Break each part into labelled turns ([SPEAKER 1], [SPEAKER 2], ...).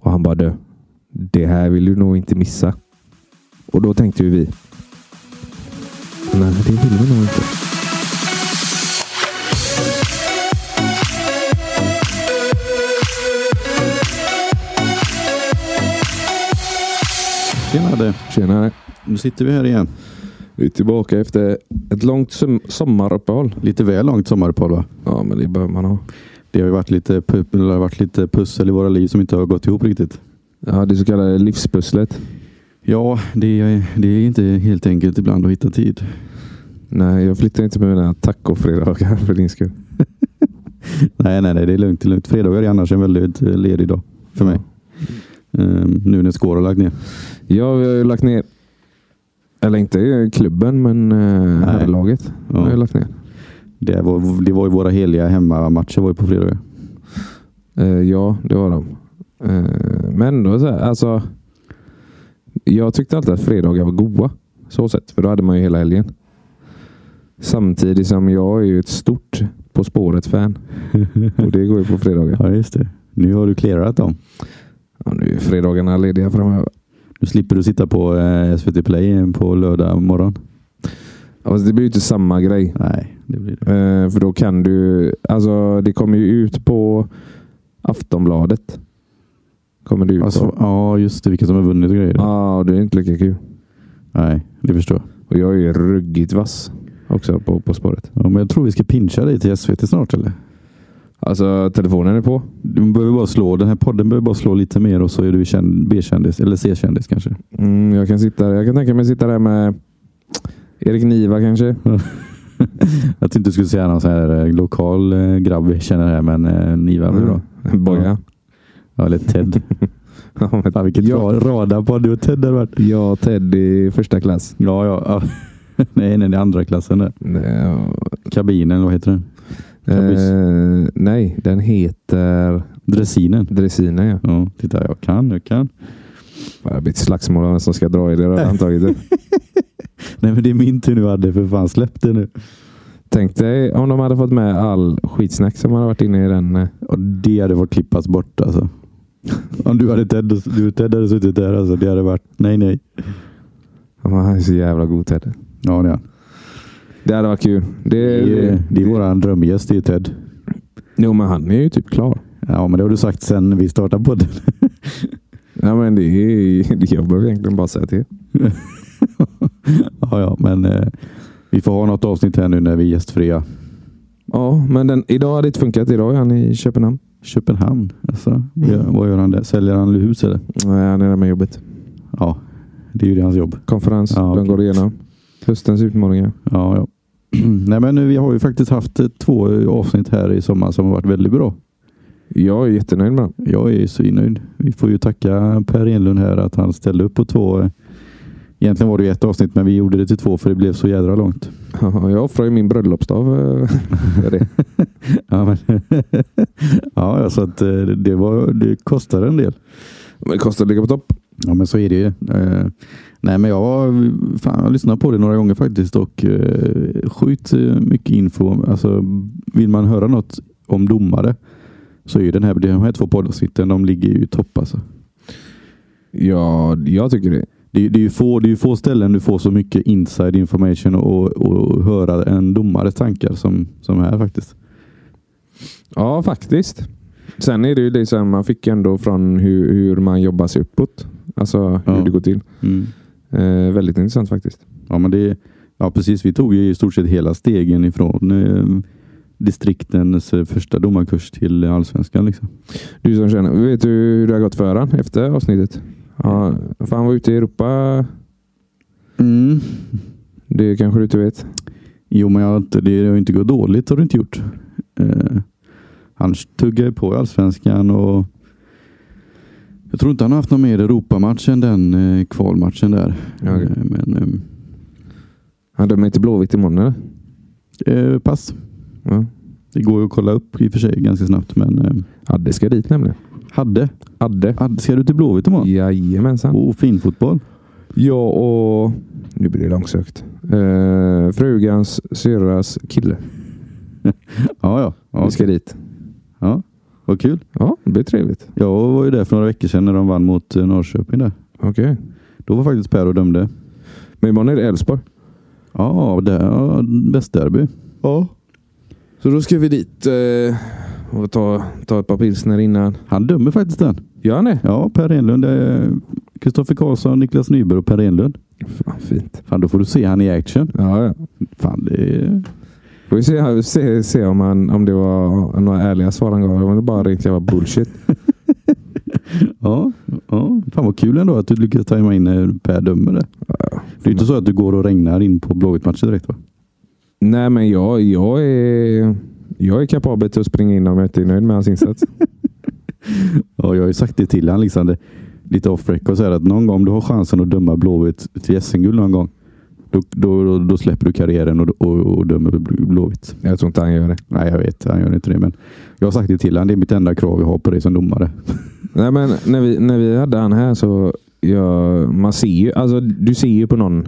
[SPEAKER 1] Och han bara du, det här vill du nog inte missa. Och då tänkte ju vi. Nej, det vill vi nog inte.
[SPEAKER 2] Tjena du.
[SPEAKER 1] Tjenare.
[SPEAKER 2] Nu sitter vi här igen.
[SPEAKER 1] Vi är tillbaka efter ett långt som- sommaruppehåll.
[SPEAKER 2] Lite väl långt sommaruppehåll va?
[SPEAKER 1] Ja, men det behöver man ha.
[SPEAKER 2] Det har ju varit lite, pu- eller det har varit lite pussel i våra liv som inte har gått ihop riktigt.
[SPEAKER 1] Ja, det så kallade livspusslet.
[SPEAKER 2] Ja, det är, det är inte helt enkelt ibland att hitta tid.
[SPEAKER 1] Nej, jag flyttar inte med mina tacofredagar för din skull.
[SPEAKER 2] Nej, nej, nej, det är lugnt. det är lugnt. Fredagar är annars en väldigt eh, ledig dag för mig. Ehm, nu när Skår har lagt ner.
[SPEAKER 1] Ja, vi har ju lagt ner. Eller inte klubben, men eh,
[SPEAKER 2] Nej.
[SPEAKER 1] herrlaget
[SPEAKER 2] Ja.
[SPEAKER 1] har ju lagt ner.
[SPEAKER 2] Det var, det var ju våra heliga hemmamatcher var ju på fredagar.
[SPEAKER 1] Eh, ja, det var de. Eh, men då, så här, alltså. Jag tyckte alltid att fredagar var goa. Så sett, för då hade man ju hela helgen. Samtidigt som jag är ju ett stort På spåret-fan. Och det går ju på fredagar.
[SPEAKER 2] Ja, just det. Nu har du clearat dem.
[SPEAKER 1] Ja, nu är fredagarna lediga framöver.
[SPEAKER 2] Nu slipper du sitta på eh, SVT Play på lördag morgon.
[SPEAKER 1] Ja, fast Alltså, det blir ju inte samma grej.
[SPEAKER 2] Nej, det blir det.
[SPEAKER 1] Eh, för då kan du... Alltså, det kommer ju ut på Aftonbladet. Kommer det ut
[SPEAKER 2] Alltså,
[SPEAKER 1] på.
[SPEAKER 2] ja, just det. Vilka som har vunnit och grejer.
[SPEAKER 1] Ja, det är inte lika kul.
[SPEAKER 2] Nej, det förstår jag.
[SPEAKER 1] Och jag är ju ruggigt vass också på På spåret.
[SPEAKER 2] Ja, men jag tror vi ska pincha dig till SVT snart eller?
[SPEAKER 1] Alltså, telefonen är på.
[SPEAKER 2] Du behöver bara slå, den här podden behöver bara slå lite mer och så är du känd- B-kändis eller C-kändis kanske.
[SPEAKER 1] Mm, jag, kan sitta, jag kan tänka mig att sitta där med Erik Niva kanske.
[SPEAKER 2] Jag tänkte du skulle säga någon sån här eh, lokal eh, grabb vi känner här men eh, Niva blir
[SPEAKER 1] Mm.
[SPEAKER 2] bra.
[SPEAKER 1] Boja.
[SPEAKER 2] Ja, eller Ted.
[SPEAKER 1] Ja, men-
[SPEAKER 2] Fan vilket
[SPEAKER 1] Ja.
[SPEAKER 2] ra- radarpodd du och Ted hade varit.
[SPEAKER 1] jag och Ted i första klass.
[SPEAKER 2] Ja, ja. ja. nej, nej, det är andra klassen där.
[SPEAKER 1] Nej,
[SPEAKER 2] Kabinen, vad heter den? Kabus.
[SPEAKER 1] Eh, nej, den heter
[SPEAKER 2] Dressinen.
[SPEAKER 1] Dressinen. Ja.
[SPEAKER 2] Ja, titta jag kan, jag kan.
[SPEAKER 1] Fan, Det blir ett slagsmål om vem som ska dra i det röda handtaget.
[SPEAKER 2] Nej men det är min tur nu Adde, för fan släpp det nu.
[SPEAKER 1] Tänk dig om de hade fått med all skitsnack som hade varit inne i den. eh.
[SPEAKER 2] Och det hade fått klippas bort alltså. Om du hade Ted, du och Ted hade suttit där alltså, det hade varit nej nej.
[SPEAKER 1] Ja, men Han är så jävla god Ted.
[SPEAKER 2] Ja det är
[SPEAKER 1] Det hade varit kul. Eh, Det,
[SPEAKER 2] det, det är våran drömgäst, det är Ted.
[SPEAKER 1] Jo, men han är ju typ klar.
[SPEAKER 2] Ja men det har du sagt sen vi startade podden.
[SPEAKER 1] Ja, men det är, det jag behöver egentligen bara säga till.
[SPEAKER 2] Ja ja men eh, vi får ha något avsnitt här nu när vi är gästfria.
[SPEAKER 1] Ja, men den, idag har det inte funkat. Idag är han i Köpenhamn.
[SPEAKER 2] Köpenhamn alltså. Ja, vad gör han där? Säljer han hus eller?
[SPEAKER 1] Nej, han är där med jobbet.
[SPEAKER 2] Ja, det är ju det hans jobb.
[SPEAKER 1] Konferens.
[SPEAKER 2] Ja,
[SPEAKER 1] den
[SPEAKER 2] okej.
[SPEAKER 1] går igenom. Höstens utmaningar.
[SPEAKER 2] Ja, ja. Nej men vi har ju faktiskt haft eh, två eh, avsnitt här i sommar som har varit väldigt bra.
[SPEAKER 1] Jag är jättenöjd med dem.
[SPEAKER 2] Jag är svinnöjd. Vi får ju tacka Per Enlund här att han ställde upp på två. Egentligen var det ju ett avsnitt, men vi gjorde det till två för det blev så jädra långt.
[SPEAKER 1] Ja, Jag offrar ju min bröllopsdag eh, för för det.
[SPEAKER 2] Ja, men ja ja, så att eh, det, var, det kostade en del.
[SPEAKER 1] Men det kostar att ligga på topp.
[SPEAKER 2] Ja, men så är det ju. Eh, Nej, men jag, har- fan, jag lyssnade på det några gånger faktiskt och eh, sjukt eh, mycket info. Alltså, vill man höra något om domare så är ju den här, de här två poddavsnitten, de ligger ju i topp alltså.
[SPEAKER 1] Ja, jag tycker det.
[SPEAKER 2] Det, är- det, är ju få, det är ju få ställen du får så mycket inside information och, och höra en domares tankar som, som här faktiskt.
[SPEAKER 1] Ja, faktiskt. Sen är det ju liksom, man fick ändå från hur, hur man jobbar sig uppåt. Alltså hur
[SPEAKER 2] Ja.
[SPEAKER 1] det går till. Eh, väldigt intressant faktiskt.
[SPEAKER 2] Ja, men det, ja, precis. Vi tog ju i stort sett hela stegen ifrån eh, distriktens eh, första domarkurs till allsvenskan. Liksom.
[SPEAKER 1] Du som känner, vet du hur det har gått för han efter avsnittet? Ja, för han var ute i Europa. Det kanske du inte vet?
[SPEAKER 2] Jo, men jag, har inte- det har ju inte gått dåligt har det inte gjort. Eh, han tuggar ju på i allsvenskan och jag tror inte han har haft någon mer Europamatch än den eh, kvalmatchen där.
[SPEAKER 1] Ja, okej.
[SPEAKER 2] Eh, men ehm,
[SPEAKER 1] Han dömer inte Blåvitt imorgon eller?
[SPEAKER 2] eh, pass.
[SPEAKER 1] Ja.
[SPEAKER 2] Det går ju att kolla upp i och för sig ganska snabbt. Men eh,
[SPEAKER 1] Adde ska dit nämligen.
[SPEAKER 2] hade.
[SPEAKER 1] Adde.
[SPEAKER 2] hade. Ska du till Blåvitt imorgon?
[SPEAKER 1] Jajamensan.
[SPEAKER 2] Och finfotboll.
[SPEAKER 1] Jag och... Nu blir det långsökt. Eh, frugans syrras kille.
[SPEAKER 2] Ja, ja. ja
[SPEAKER 1] Vi ska dit.
[SPEAKER 2] ja. Vad kul.
[SPEAKER 1] Ja, det blir trevligt.
[SPEAKER 2] Jag var ju där för några veckor sedan när de vann mot eh, Norrköping där.
[SPEAKER 1] Okej.
[SPEAKER 2] Då var faktiskt Per och dömde.
[SPEAKER 1] Men imorgon är det Elfsborg.
[SPEAKER 2] Ja, det ja, västderby.
[SPEAKER 1] Ja. Så då ska vi dit eh, och ta, ta ett par pilsner innan.
[SPEAKER 2] Han dömer faktiskt den.
[SPEAKER 1] Gör han det?
[SPEAKER 2] Ja, Per Enlund. eh, Kristoffer Karlsson, Niklas Nyberg och Per Enlund.
[SPEAKER 1] Fan, fint.
[SPEAKER 2] Fan, då får du se han i action.
[SPEAKER 1] Ja, ja.
[SPEAKER 2] Fan, det är...
[SPEAKER 1] Får vi se, se, se om, han, om det var några ärliga svar han gav. Det var bara rent jävla bullshit.
[SPEAKER 2] Ja, ja. Fan vad kul ändå att du lyckas tajma in när Per dömer det. Det är ju inte så att du går och regnar in på Blåvitt-matcher direkt va?
[SPEAKER 1] Nej, men jag, jag, är, jag är kapabel till att springa in om jag inte är nöjd med hans insats.
[SPEAKER 2] Ja, jag har ju sagt det till han liksom. Det, lite off record så här att någon gång om du har chansen att döma Blåvitt till SM-guld någon gång. Då, då, då, då släpper du karriären och, och, och dömer Bl- Blåvitt.
[SPEAKER 1] Jag tror inte han gör det.
[SPEAKER 2] Nej, jag vet. Han gör inte det. Men jag har sagt det till han. Det är mitt enda krav jag har på dig som domare.
[SPEAKER 1] Nej, men när vi, när vi hade han här så jag, man ser ju, alltså, du ser ju på någon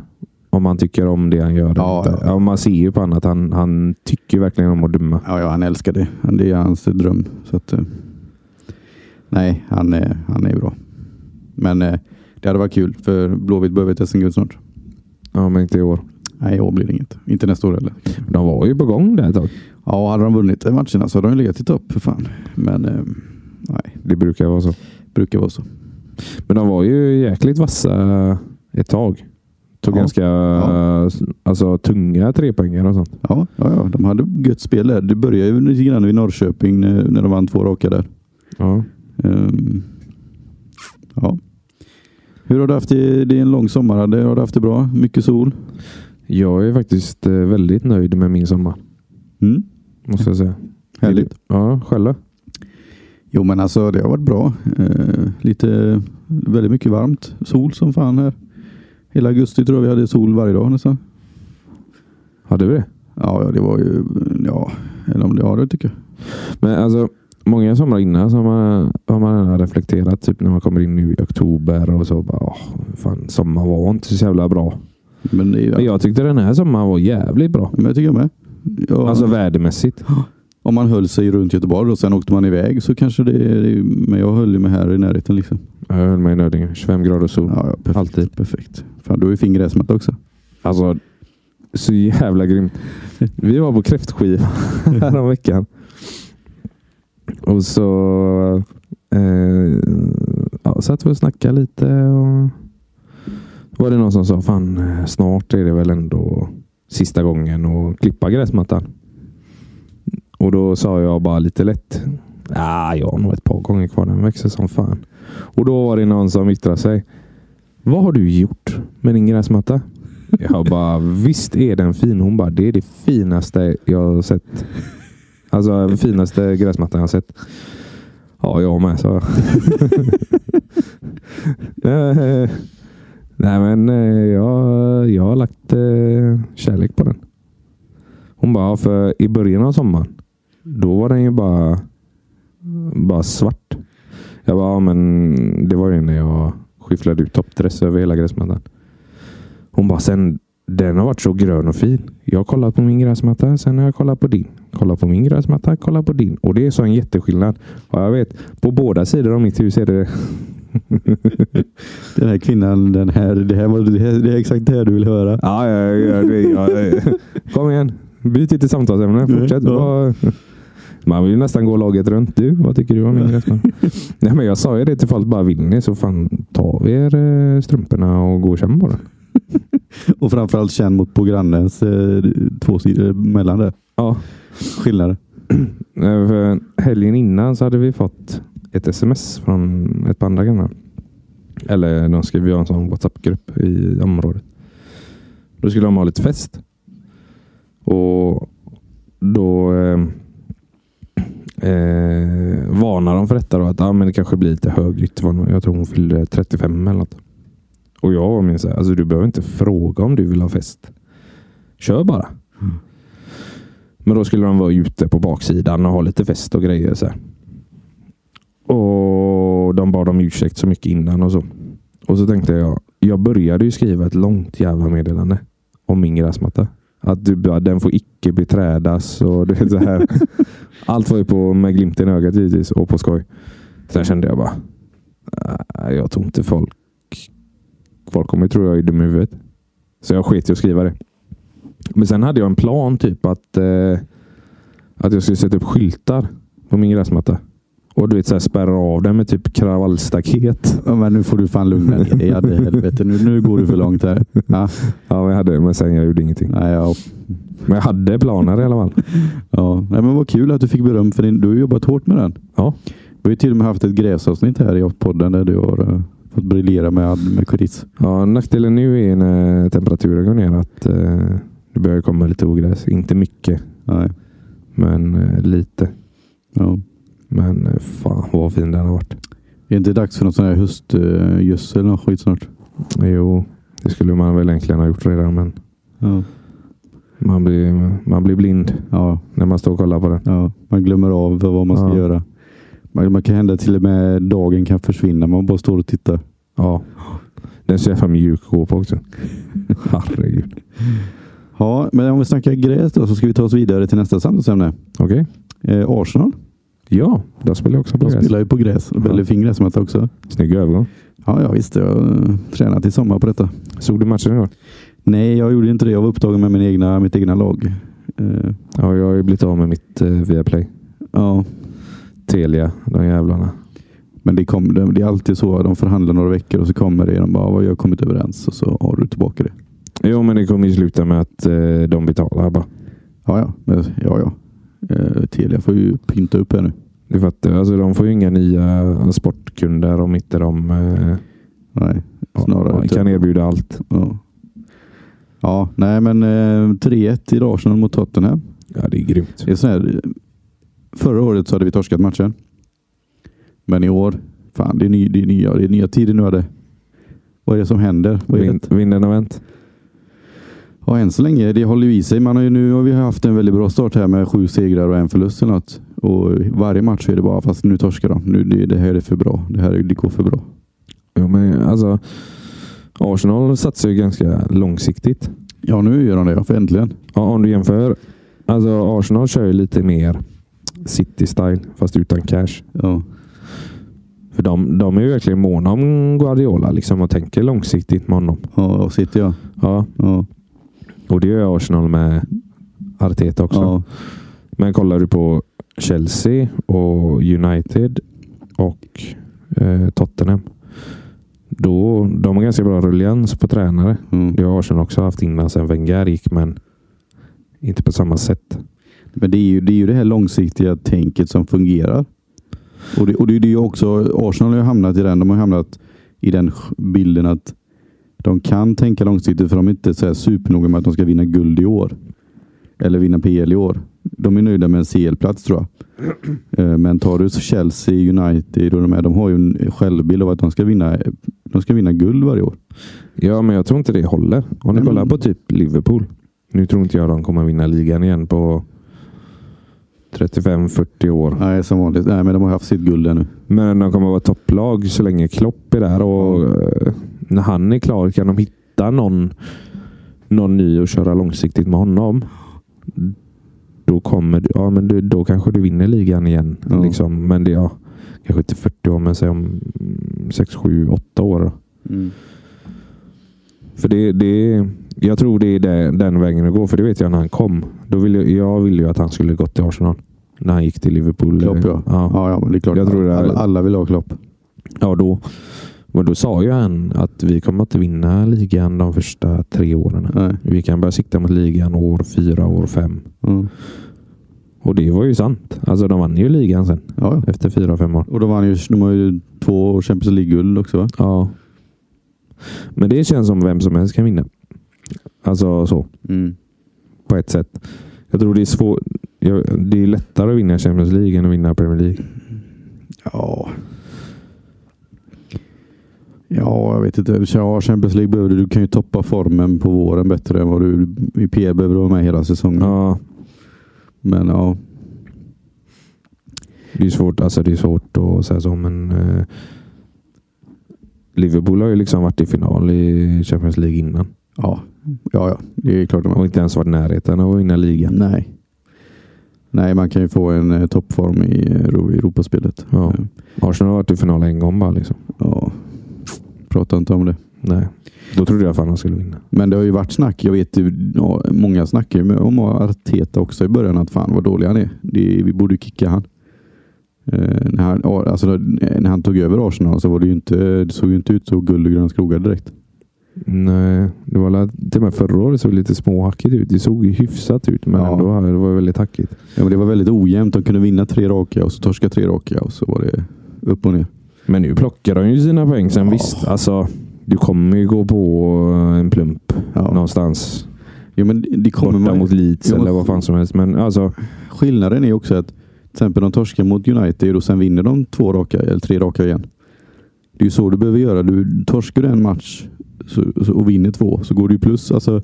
[SPEAKER 1] om man tycker om det han gör. eller
[SPEAKER 2] Ja,
[SPEAKER 1] inte.
[SPEAKER 2] ja.
[SPEAKER 1] man ser ju på honom att han, han tycker verkligen om att döma.
[SPEAKER 2] Ja, ja han älskar det. Han- Det är hans dröm. Så att, eh, nej, han är, han är bra. Men eh, det hade varit kul för Blåvitt behöver ett SM-guld snart.
[SPEAKER 1] Ja, men inte i år.
[SPEAKER 2] Nej, i år blir det inget. Inte nästa år heller.
[SPEAKER 1] De var ju på gång där ett tag.
[SPEAKER 2] Ja, hade de vunnit matcherna så hade de legat i topp för fan. Men eh, nej,
[SPEAKER 1] Det brukar vara så.
[SPEAKER 2] brukar vara så.
[SPEAKER 1] Men de var ju jäkligt vassa ett tag. Tog
[SPEAKER 2] Ja.
[SPEAKER 1] ganska
[SPEAKER 2] Ja.
[SPEAKER 1] Alltså, tunga trepoängare och sånt.
[SPEAKER 2] Ja, ja, ja, de hade gött spel där. Det började ju lite grann vid Norrköping eh, när de vann två raka där.
[SPEAKER 1] Ja.
[SPEAKER 2] Ehm, ja. Hur har du haft det? Det är en lång sommar. Hade- Har du haft det bra? Mycket sol?
[SPEAKER 1] Jag är faktiskt eh, väldigt nöjd med min sommar.
[SPEAKER 2] Mm.
[SPEAKER 1] Måste jag säga.
[SPEAKER 2] Härligt.
[SPEAKER 1] Ja, själv då?
[SPEAKER 2] Jo men alltså det har varit bra. Eh, lite väldigt mycket varmt. Sol som fan här. Hela augusti tror jag vi hade sol varje dag nästan.
[SPEAKER 1] Hade vi det?
[SPEAKER 2] Ja, ja det var ju... Ja, eller om det, ja, det tycker jag.
[SPEAKER 1] Men alltså, många somrar innan så har man, har man ändå reflekterat. Typ när man kommer in nu i oktober och så bara, åh, fan, sommaren var inte så jävla bra.
[SPEAKER 2] Men, det,
[SPEAKER 1] Men jag tyckte den här sommaren var jävligt bra.
[SPEAKER 2] men jag tycker jag med. Ja,
[SPEAKER 1] Alltså värdemässigt.
[SPEAKER 2] om man höll sig runt Göteborg och sen åkte man iväg så kanske det... det men jag höll ju mig här i närheten liksom.
[SPEAKER 1] Jag höll mig i Nödinge. 25 grader sol.
[SPEAKER 2] Ja, ja perfekt.
[SPEAKER 1] Alltid.
[SPEAKER 2] Perfekt. Fan, du har ju fingeräsmat också.
[SPEAKER 1] Alltså, så jävla grymt. Vi var på kräftskiva häromveckan. Och så eh, ja, satt vi och snackade lite. Och då var det någon som sa, fan eh, snart är det väl ändå sista gången att klippa gräsmattan. Och då sa jag bara lite lätt. Ah, jag har nog ett par gånger kvar. Den växer som fan. Och då var det någon som yttrade sig. Vad har du gjort med din gräsmatta? Jag bara, visst är den fin? Hon bara, det är det finaste jag har sett. Alltså den finaste gräsmattan jag har sett. Ja, jag med, sa jag. Eh, Nej, men eh, jag, jag har lagt eh, kärlek på den. Hon bara, ja, för i början av sommaren, då var den ju bara, bara svart. Jag bara, ja, men det var ju när jag skyfflade ut toppdress över hela gräsmattan. Hon bara, sen den har varit så grön och fin. Jag har kollat på min gräsmatta, sen har jag kollat på din. Kollat på min gräsmatta, kollat på din. Och det är så en jätteskillnad. Ja, jag vet. På båda sidor av mitt hus är det
[SPEAKER 2] Den här kvinnan, den här, det, här var, det, här, det är exakt det här du vill höra.
[SPEAKER 1] Ja, ja, ja, det- ja, ja. Kom igen. Byt inte samtalsämne. Fortsätt.
[SPEAKER 2] Ja.
[SPEAKER 1] Vad- Man vill ju nästan gå laget runt. Du, vad tycker du om min gräsmatta? Nej, men jag sa ju det till folk. Bara vill ni så fan ta av er eh, strumporna och gå och känn på den.
[SPEAKER 2] Och framförallt känn mot på grannens eh, två sidor mellan där.
[SPEAKER 1] Ja.
[SPEAKER 2] Skillnader.
[SPEAKER 1] Eh, För helgen innan så hade vi fått ett sms från ett par andra grannar. Eller de skrev ju en sån WhatsApp-grupp i området. Då skulle de ha lite fest. Och då eh, eh, varnar de för detta. Då, att ah, men det kanske blir lite högljutt. Jag tror hon fyllde 35 eller något. Och jag var min så här, alltså du behöver inte fråga om du vill ha fest. Kör bara. Men då skulle de vara ute på baksidan och ha lite fest och grejer. Så här. Och de bad om ursäkt så mycket innan och så. Och så tänkte jag, jag började ju skriva ett långt jävla meddelande om min gräsmatta. Att du, bara, den får icke beträdas och det så här. Allt var ju på, med glimten i ögat givetvis och på skoj. Sen kände jag bara, "Nej, jag tror inte folk... Folk kommer ju tro jag är dum i huvudet. Så jag sket i att skriva det. Men sen hade jag en plan typ att, eh, att jag skulle sätta upp skyltar på min gräsmatta. Och du vet, så här, spärra av den med typ kravallstaket.
[SPEAKER 2] Ja, men nu får du fan lugna ner dig. Hade helvete. Nu, nu går du för långt här. Ja,
[SPEAKER 1] Ja, men jag hade det, men sen jag gjorde ingenting.
[SPEAKER 2] nej, ja.
[SPEAKER 1] Men jag hade planer i alla fall.
[SPEAKER 2] Ja. Nej, men vad kul att du fick beröm för din. Du har jobbat hårt med den.
[SPEAKER 1] Ja.
[SPEAKER 2] Vi har ju till och med haft ett gräsavsnitt här i podden där du har eh, fått briljera med, med quiz.
[SPEAKER 1] Ja, nackdelen nu är när temperaturen går ner att eh, det börjar komma lite ogräs. Inte mycket,
[SPEAKER 2] Nej.
[SPEAKER 1] men eh, lite.
[SPEAKER 2] Ja.
[SPEAKER 1] Men eh, fan vad fin den har varit.
[SPEAKER 2] Är det inte dags för någon sån här höstgödsel eller någon skit snart?
[SPEAKER 1] Jo, det skulle man väl egentligen ha gjort redan, men
[SPEAKER 2] Ja.
[SPEAKER 1] man blir, man blir blind
[SPEAKER 2] ja,
[SPEAKER 1] när man står och kollar på den.
[SPEAKER 2] ja. Man glömmer av vad man ska
[SPEAKER 1] Ja.
[SPEAKER 2] göra. Man, man kan hända till och med dagen kan försvinna. Man bara står och tittar.
[SPEAKER 1] Ja. Den är så jävla mjuk att gå på också. Herregud.
[SPEAKER 2] Ja, men om vi snackar gräs då så ska vi ta oss vidare till nästa samtalsämne.
[SPEAKER 1] Okej.
[SPEAKER 2] Eh, Arsenal.
[SPEAKER 1] Ja, där spelar jag också på
[SPEAKER 2] De
[SPEAKER 1] gräs.
[SPEAKER 2] spelar ju på gräs.
[SPEAKER 1] Ja.
[SPEAKER 2] Väldigt fin gräsmatta också.
[SPEAKER 1] Snygg övergång.
[SPEAKER 2] Ja, ja visst. Jag har tränat i sommar på detta.
[SPEAKER 1] Såg du matchen igår?
[SPEAKER 2] Nej, jag gjorde inte det. Jag var upptagen med min egna, mitt egna lag. Eh,
[SPEAKER 1] Ja, jag har ju blivit av med mitt eh, Viaplay.
[SPEAKER 2] ja,
[SPEAKER 1] Telia, de jävlarna.
[SPEAKER 2] men det, kom, det, det är alltid så. De förhandlar några veckor och så kommer det. De bara, vad jag har kommit överens och så har du tillbaka det.
[SPEAKER 1] Jo, men det kommer ju sluta med att eh, de betalar bara.
[SPEAKER 2] Ja, ja. Men, ja, ja. Eh, Telia får ju pynta upp här nu.
[SPEAKER 1] Du fattar. Alltså, de får ju inga nya sportkunder om inte de eh,
[SPEAKER 2] Nej,
[SPEAKER 1] ja,
[SPEAKER 2] snarare.
[SPEAKER 1] kan
[SPEAKER 2] inte.
[SPEAKER 1] erbjuda allt.
[SPEAKER 2] ja. ja, nej men eh, 3-1 i Arsenal mot Tottenham.
[SPEAKER 1] Ja, det är grymt.
[SPEAKER 2] Det är så här, förra året så hade vi torskat matchen. Men i år, fan det är, ny, det är, nya, det är nya tider nu. Är det. Vad är det som händer? Vad är det?
[SPEAKER 1] Vin, vinden har vänt.
[SPEAKER 2] Ja, än så länge, det håller ju i sig. Man har ju, nu har vi haft en väldigt bra start här med sju segrar och en förlust eller något. Och varje match är det bara, fast nu torskar de. Nu, det, det här är för bra. Det här det går för bra.
[SPEAKER 1] Jo, men alltså, Arsenal satsar ju ganska långsiktigt.
[SPEAKER 2] Ja, nu gör de det. ja, För äntligen.
[SPEAKER 1] Ja, om du jämför. Alltså, Arsenal kör ju lite mer City-style, fast utan cash.
[SPEAKER 2] Ja,
[SPEAKER 1] För de, de är ju verkligen måna om Guardiola liksom, och tänker långsiktigt med honom.
[SPEAKER 2] ja och sitter jag.
[SPEAKER 1] Ja,
[SPEAKER 2] Ja,
[SPEAKER 1] och det gör Arsenal med Arteta också.
[SPEAKER 2] ja,
[SPEAKER 1] Men kollar du på Chelsea och United och eh, Tottenham. Då, de har ganska bra rullians på tränare.
[SPEAKER 2] mm.
[SPEAKER 1] Det har Arsenal också haft innan sen Wenger gick, men inte på samma sätt.
[SPEAKER 2] Men det är, ju, det är ju det här långsiktiga tänket som fungerar. Och det, och det, det är ju också, Arsenal har ju hamnat i den, de har hamnat i den sj- bilden att de kan tänka långsiktigt för de är inte så här supernoga med att de ska vinna guld i år. Eller vinna PL i år. De är nöjda med en CL-plats tror jag. Eh, Men tar du Chelsea, United och de här, de har ju en självbild av att de ska vinna, de ska vinna guld varje år.
[SPEAKER 1] Ja, men jag tror inte det håller. Om du
[SPEAKER 2] Nej,
[SPEAKER 1] kollar
[SPEAKER 2] men-
[SPEAKER 1] på typ Liverpool. Nu tror inte jag de kommer vinna ligan igen på 35-40 år.
[SPEAKER 2] Nej, som vanligt. Nej, men de har haft sitt guld ännu.
[SPEAKER 1] Men de kommer vara topplag så länge Klopp är där. Och eh, När han är klar kan de hitta någon, någon ny och köra långsiktigt med honom. Då, kommer, du- ja, men du, då kanske du vinner ligan igen.
[SPEAKER 2] Ja.
[SPEAKER 1] Liksom. Men det, ja, kanske inte 40 år, men säg om 6, 7, 8 år. då. För det, det, jag tror det är det, den vägen att gå. För det vet jag när han kom. Då ville, jag- jag ville ju att han skulle gått till Arsenal. När han gick till Liverpool.
[SPEAKER 2] Klopp ja.
[SPEAKER 1] Ja.
[SPEAKER 2] Ja, ja men det är klart.
[SPEAKER 1] Jag tror det är-
[SPEAKER 2] alla, alla vill ha Klopp.
[SPEAKER 1] Ja, då, men då sa ju han att vi kommer att vinna ligan de första tre åren.
[SPEAKER 2] Nej.
[SPEAKER 1] Vi kan börja sikta mot ligan år fyra, år fem.
[SPEAKER 2] Mm.
[SPEAKER 1] Och det var ju sant. Alltså de vann ju ligan sen
[SPEAKER 2] Ja, ja.
[SPEAKER 1] efter fyra, fem år.
[SPEAKER 2] Och då vann ju, de har ju två Champions League-guld också va?
[SPEAKER 1] Ja. Men det känns som vem som helst kan vinna. Alltså så, på ett sätt. Jag tror det är svårt. Det är lättare att vinna Champions League än att vinna Premier League.
[SPEAKER 2] Ja. Ja, jag vet inte. Ja, Champions League behöver du. Du kan ju toppa formen på våren bättre än vad du i PL behöver du vara med hela säsongen.
[SPEAKER 1] Ja,
[SPEAKER 2] Men ja,
[SPEAKER 1] det är svårt. Alltså det är svårt att säga så, men eh, Liverpool har ju liksom varit i final i Champions League innan.
[SPEAKER 2] ja, ja, ja. det är klart de har.
[SPEAKER 1] Och inte ens varit i närheten av att vinna ligan.
[SPEAKER 2] Nej. Nej, man kan ju få en eh, toppform i eh, Europaspelet.
[SPEAKER 1] Ja.
[SPEAKER 2] Eh,
[SPEAKER 1] Arsenal har varit i final en gång bara. Liksom.
[SPEAKER 2] ja. Prata inte om det.
[SPEAKER 1] Nej. Då trodde jag fan han skulle vinna.
[SPEAKER 2] Men det har ju varit snack. Jag vet ju, ja, många snackar ju med- om Arteta också i början att fan vad dålig han är. Det, vi borde kicka han. Eh, när, han ja, alltså, när han tog över Arsenal så var det ju inte, det såg ju inte ut så guld och gröna skogar direkt.
[SPEAKER 1] Nej, det var la- till och med förra året såg det lite småhackigt ut. Det såg ju hyfsat ut, men
[SPEAKER 2] Ja.
[SPEAKER 1] ändå, det var väldigt hackigt.
[SPEAKER 2] Ja, men det var väldigt ojämnt. De kunde vinna tre raka och så torska tre raka och så var det upp och ner.
[SPEAKER 1] Men nu plockar de ju sina poäng. Sen
[SPEAKER 2] Ja.
[SPEAKER 1] visst, alltså. Du kommer ju gå på eh, en plump
[SPEAKER 2] Ja.
[SPEAKER 1] någonstans.
[SPEAKER 2] Ja, men det- det kommer
[SPEAKER 1] Borta
[SPEAKER 2] man,
[SPEAKER 1] mot Leeds
[SPEAKER 2] Jo, men-
[SPEAKER 1] eller vad fan som helst. Men alltså,
[SPEAKER 2] Skillnaden är också att till exempel de torskar mot United och sen vinner de två raka eller tre raka igen. Det är ju så du behöver göra. Du torskar du en match så, så, och vinner två så går du ju plus. Alltså,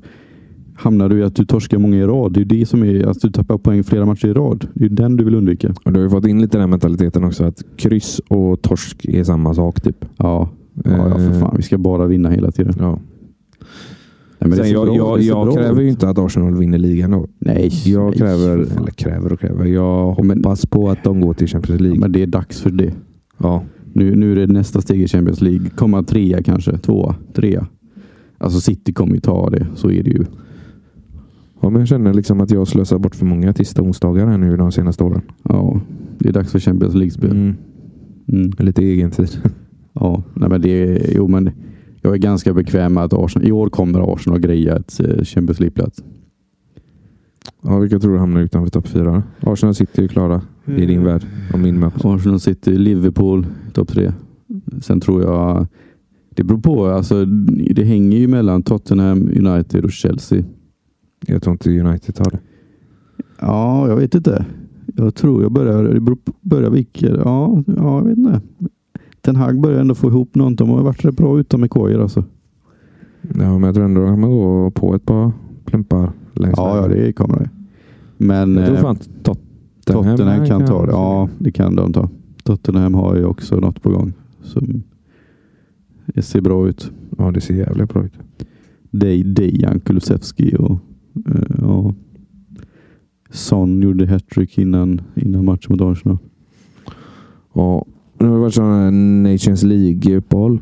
[SPEAKER 2] hamnar du i att du torskar många i rad. Det är ju det som är att du tappar poäng flera matcher i rad. Det är ju den du vill undvika.
[SPEAKER 1] och du har ju fått in lite den här mentaliteten också. Att kryss och torsk är samma sak typ.
[SPEAKER 2] Ja, ja, ja för
[SPEAKER 1] Eh,
[SPEAKER 2] fan. Vi ska bara vinna hela tiden.
[SPEAKER 1] Ja.
[SPEAKER 2] Nej, men det
[SPEAKER 1] Sen
[SPEAKER 2] ser
[SPEAKER 1] jag
[SPEAKER 2] bra-
[SPEAKER 1] jag,
[SPEAKER 2] det ser bra
[SPEAKER 1] jag kräver ju
[SPEAKER 2] ut.
[SPEAKER 1] inte att Arsenal vinner ligan. Då.
[SPEAKER 2] Nej,
[SPEAKER 1] Jag
[SPEAKER 2] nej,
[SPEAKER 1] kräver,
[SPEAKER 2] för fan.
[SPEAKER 1] eller kräver och kräver. Jag
[SPEAKER 2] Ja, men-
[SPEAKER 1] hoppas på att de går till Champions
[SPEAKER 2] Ja,
[SPEAKER 1] League.
[SPEAKER 2] men det är dags för det.
[SPEAKER 1] Ja,
[SPEAKER 2] Nu, nu är det nästa steg i Champions League. Komma trea kanske. Tvåa, trea. Alltså City kommer ju ta det. Så är det ju.
[SPEAKER 1] ja, men jag känner liksom att jag slösar bort för många tisdag och onsdagar här nu de senaste åren.
[SPEAKER 2] Ja, det är dags för Champions League-spel.
[SPEAKER 1] Mm.
[SPEAKER 2] Mm.
[SPEAKER 1] Lite egen tid.
[SPEAKER 2] Ja, nej men det jo men jag är ganska bekväm med att Arsenal, i år kommer Arsenal greja ett eh, Champions League-plats.
[SPEAKER 1] Ja, vilka tror du hamnar utanför topp fyra? Arsenal sitter ju klara i
[SPEAKER 2] Mm.
[SPEAKER 1] din värld och min med.
[SPEAKER 2] Arsenal City, Liverpool, topp tre. Sen tror jag, det beror på, alltså, det hänger ju mellan Tottenham, United och Chelsea.
[SPEAKER 1] Jag tror inte United tar det.
[SPEAKER 2] Ja, jag vet inte. Jag tror jag börjar, det beror på- börjar vilka, ja, ja, jag vet inte. Ten Hag börjar ändå få ihop något. De har varit rätt bra utan McCoyer alltså.
[SPEAKER 1] Ja, men jag tror ändå de kommer gå på ett par plumpar längs
[SPEAKER 2] Ja,
[SPEAKER 1] vägen.
[SPEAKER 2] ja, det kommer det. Men,
[SPEAKER 1] Jag tror
[SPEAKER 2] eh,
[SPEAKER 1] fan Tottenham,
[SPEAKER 2] Tottenham kan ta det. Ja, det kan de ta. Tottenham har ju också något på gång som ser bra ut.
[SPEAKER 1] ja, det ser jävligt bra ut.
[SPEAKER 2] Dej, Dejan Kulusevski och, eh, ja. Son gjorde hattrick innan, innan matchen mot Arsenal.
[SPEAKER 1] Ja, nu har det varit sådana här Nations League-uppehåll.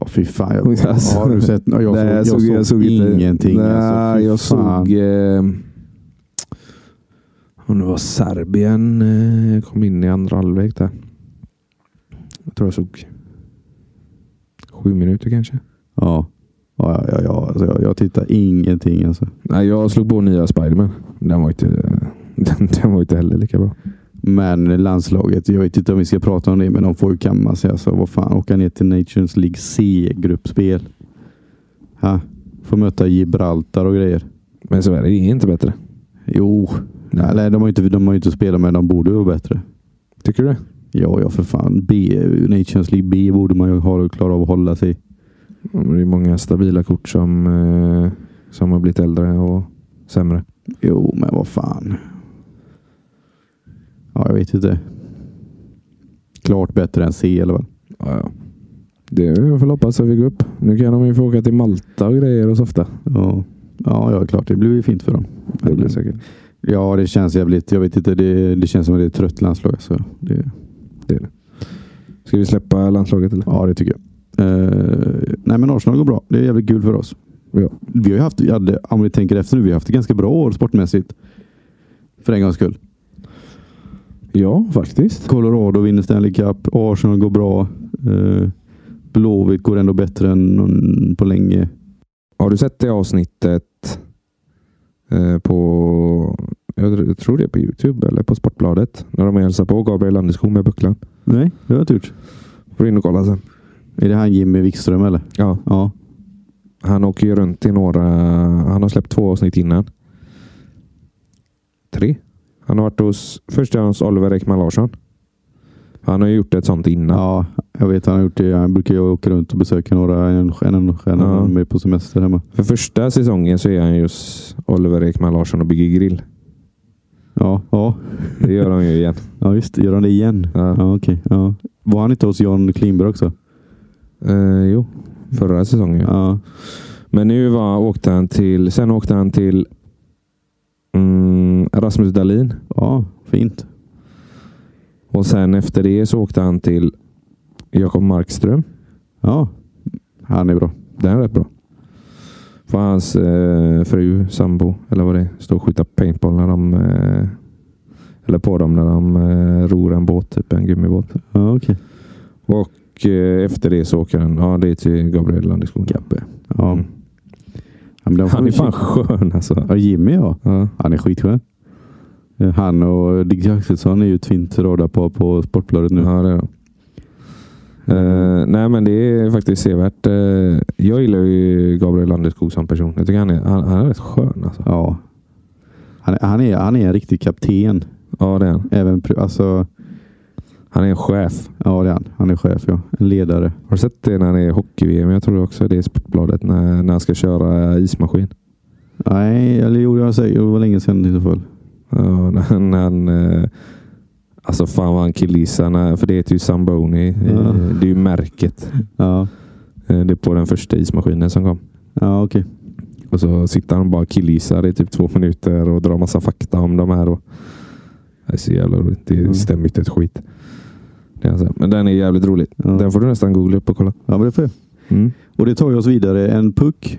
[SPEAKER 2] Ja, fy fan.
[SPEAKER 1] jag- Alltså,
[SPEAKER 2] har du sett? Ja, Jag,
[SPEAKER 1] Nej,
[SPEAKER 2] såg, jag, såg,
[SPEAKER 1] inte-
[SPEAKER 2] ingenting.
[SPEAKER 1] Nej,
[SPEAKER 2] alltså, fy
[SPEAKER 1] jag
[SPEAKER 2] fan.
[SPEAKER 1] såg... Eh, om det var Serbien. Eh, jag kom in i andra halvlek där. Jag tror jag såg sju minuter kanske.
[SPEAKER 2] Ja. Ja, ja, ja, ja. Alltså, jag, jag tittar ingenting alltså.
[SPEAKER 1] Nej, jag slog på nya Spiderman. Den var inte, den, den var inte heller lika bra.
[SPEAKER 2] Men landslaget, jag vet inte om vi ska prata om det, men de får ju kamma sig. Alltså, vad fan, åka ner till Nations League C-gruppspel. Ha, få möta Gibraltar och grejer.
[SPEAKER 1] Men Sverige är inte bättre.
[SPEAKER 2] Jo,
[SPEAKER 1] Nej.
[SPEAKER 2] eller de har ju inte, de har ju inte spelat men de borde vara bättre.
[SPEAKER 1] Tycker du det?
[SPEAKER 2] Ja, ja för fan. B, Nations League B borde man ju ha klara av att hålla sig i.
[SPEAKER 1] Ja, men Det är många stabila kort som, eh, som har blivit äldre och sämre.
[SPEAKER 2] Jo, men vad fan. Ja, jag vet inte. Klart bättre än C eller vad?
[SPEAKER 1] Ja, ja. Det jag får hoppas att vi går upp. Nu kan de ju få åka till Malta och grejer och softa.
[SPEAKER 2] Ja, ja, ja klart. Det blir ju fint för dem.
[SPEAKER 1] Det blir säkert.
[SPEAKER 2] Ja, det känns jävligt. Jag vet inte. Det, det känns som att det är ett trött landslag. Så det,
[SPEAKER 1] Ska vi släppa landslaget eller?
[SPEAKER 2] ja, det tycker jag. Eh, nej, men Arsenal går bra. Det är jävligt kul för oss.
[SPEAKER 1] Ja.
[SPEAKER 2] Vi har ju haft, vi hade, om vi tänker efter nu, vi har haft ett ganska bra år sportmässigt. För en gångs skull.
[SPEAKER 1] Ja, faktiskt.
[SPEAKER 2] Colorado vinner Stanley Cup. Arsenal går bra. Eh, Blåvitt går ändå bättre än någon på länge.
[SPEAKER 1] Har du sett det avsnittet eh, på... Jag tr- jag tror det är på Youtube eller på Sportbladet. När de hälsar på Gabriel Landeskog med bucklan.
[SPEAKER 2] Nej, det har jag inte gjort.
[SPEAKER 1] Får in och kolla sen.
[SPEAKER 2] Är det han Jimmy Wikström eller?
[SPEAKER 1] Ja,
[SPEAKER 2] Ja.
[SPEAKER 1] han åker ju runt i några... Han har släppt två avsnitt innan. Tre. Han har varit hos... Först är han hos Oliver Ekman Larsson. Han har ju gjort ett sånt innan.
[SPEAKER 2] Ja, jag vet han har gjort det. Han brukar ju åka runt och besöka några NHL-stjärnor när
[SPEAKER 1] Ja.
[SPEAKER 2] de är på semester hemma.
[SPEAKER 1] För första säsongen så är han just Oliver Ekman Larsson och bygger grill.
[SPEAKER 2] Ja, ja.
[SPEAKER 1] Det gör han ju igen.
[SPEAKER 2] Ja just det, gör han det igen?
[SPEAKER 1] Ja.
[SPEAKER 2] Ja, okej. ja. Var han inte hos John Klingberg också?
[SPEAKER 1] Eh, jo, förra säsongen.
[SPEAKER 2] Ja.
[SPEAKER 1] Men nu var, åkte han till... Sen åkte han till... Mm, Rasmus Dahlin.
[SPEAKER 2] Ja, fint.
[SPEAKER 1] Och sen efter det så åkte han till Jakob Markström.
[SPEAKER 2] Ja, han är bra.
[SPEAKER 1] Den är rätt bra. För hans eh, fru, sambo, eller vad det är, står och skjuter paintball när de... Eh, eller på dem när de eh, ror en båt, typ en gummibåt.
[SPEAKER 2] Ja, okej.
[SPEAKER 1] Och eh, efter det så åker han, ja det är till Gabriel Landeskog.
[SPEAKER 2] Gabbe. Ja.
[SPEAKER 1] Mm.
[SPEAKER 2] Ja, men den får
[SPEAKER 1] Han
[SPEAKER 2] vi
[SPEAKER 1] är fan
[SPEAKER 2] kika-
[SPEAKER 1] skön alltså.
[SPEAKER 2] Ja, Jimmy ja.
[SPEAKER 1] Ja.
[SPEAKER 2] Han är skitskön. Eh, Han och Dick Axelsson är ju ett fint radarpar på Sportbladet nu.
[SPEAKER 1] Ja, det är de. Eh, nej, men det är faktiskt sevärt. Eh, jag gillar ju Gabriel Landeskog som person. Jag tycker han är, han, han är rätt skön. Alltså.
[SPEAKER 2] Ja. Han, är- han, är, han är en riktig kapten.
[SPEAKER 1] Ja, det är han.
[SPEAKER 2] Även, pri- alltså,
[SPEAKER 1] Han är en chef.
[SPEAKER 2] ja, det är han. Han är chef, ja. En ledare.
[SPEAKER 1] Har du sett det när han är i hockey-VM? Jag tror det också det är i Sportbladet. När, när han ska köra ismaskin.
[SPEAKER 2] Nej, eller gjorde jag säkert. Det var länge sedan i så fall.
[SPEAKER 1] Ja, när han- när han, eh, alltså fan vad han killgissar. när- För det heter ju Zamboni. Eh,
[SPEAKER 2] Ja.
[SPEAKER 1] Det är ju märket.
[SPEAKER 2] Ja,
[SPEAKER 1] Eh, det är på den första ismaskinen som kom.
[SPEAKER 2] ja okej.
[SPEAKER 1] Och så sitter han och bara killgissar i typ två minuter och drar massa fakta om de här. Och... Det är så jävla roligt. Det
[SPEAKER 2] Mm.
[SPEAKER 1] stämmer inte ett skit. Det är han säger. Men den är jävligt rolig.
[SPEAKER 2] Ja.
[SPEAKER 1] Den får du nästan googla upp och kolla.
[SPEAKER 2] Ja, men det får jag.
[SPEAKER 1] Mm.
[SPEAKER 2] Och det tar ju oss vidare. En puck,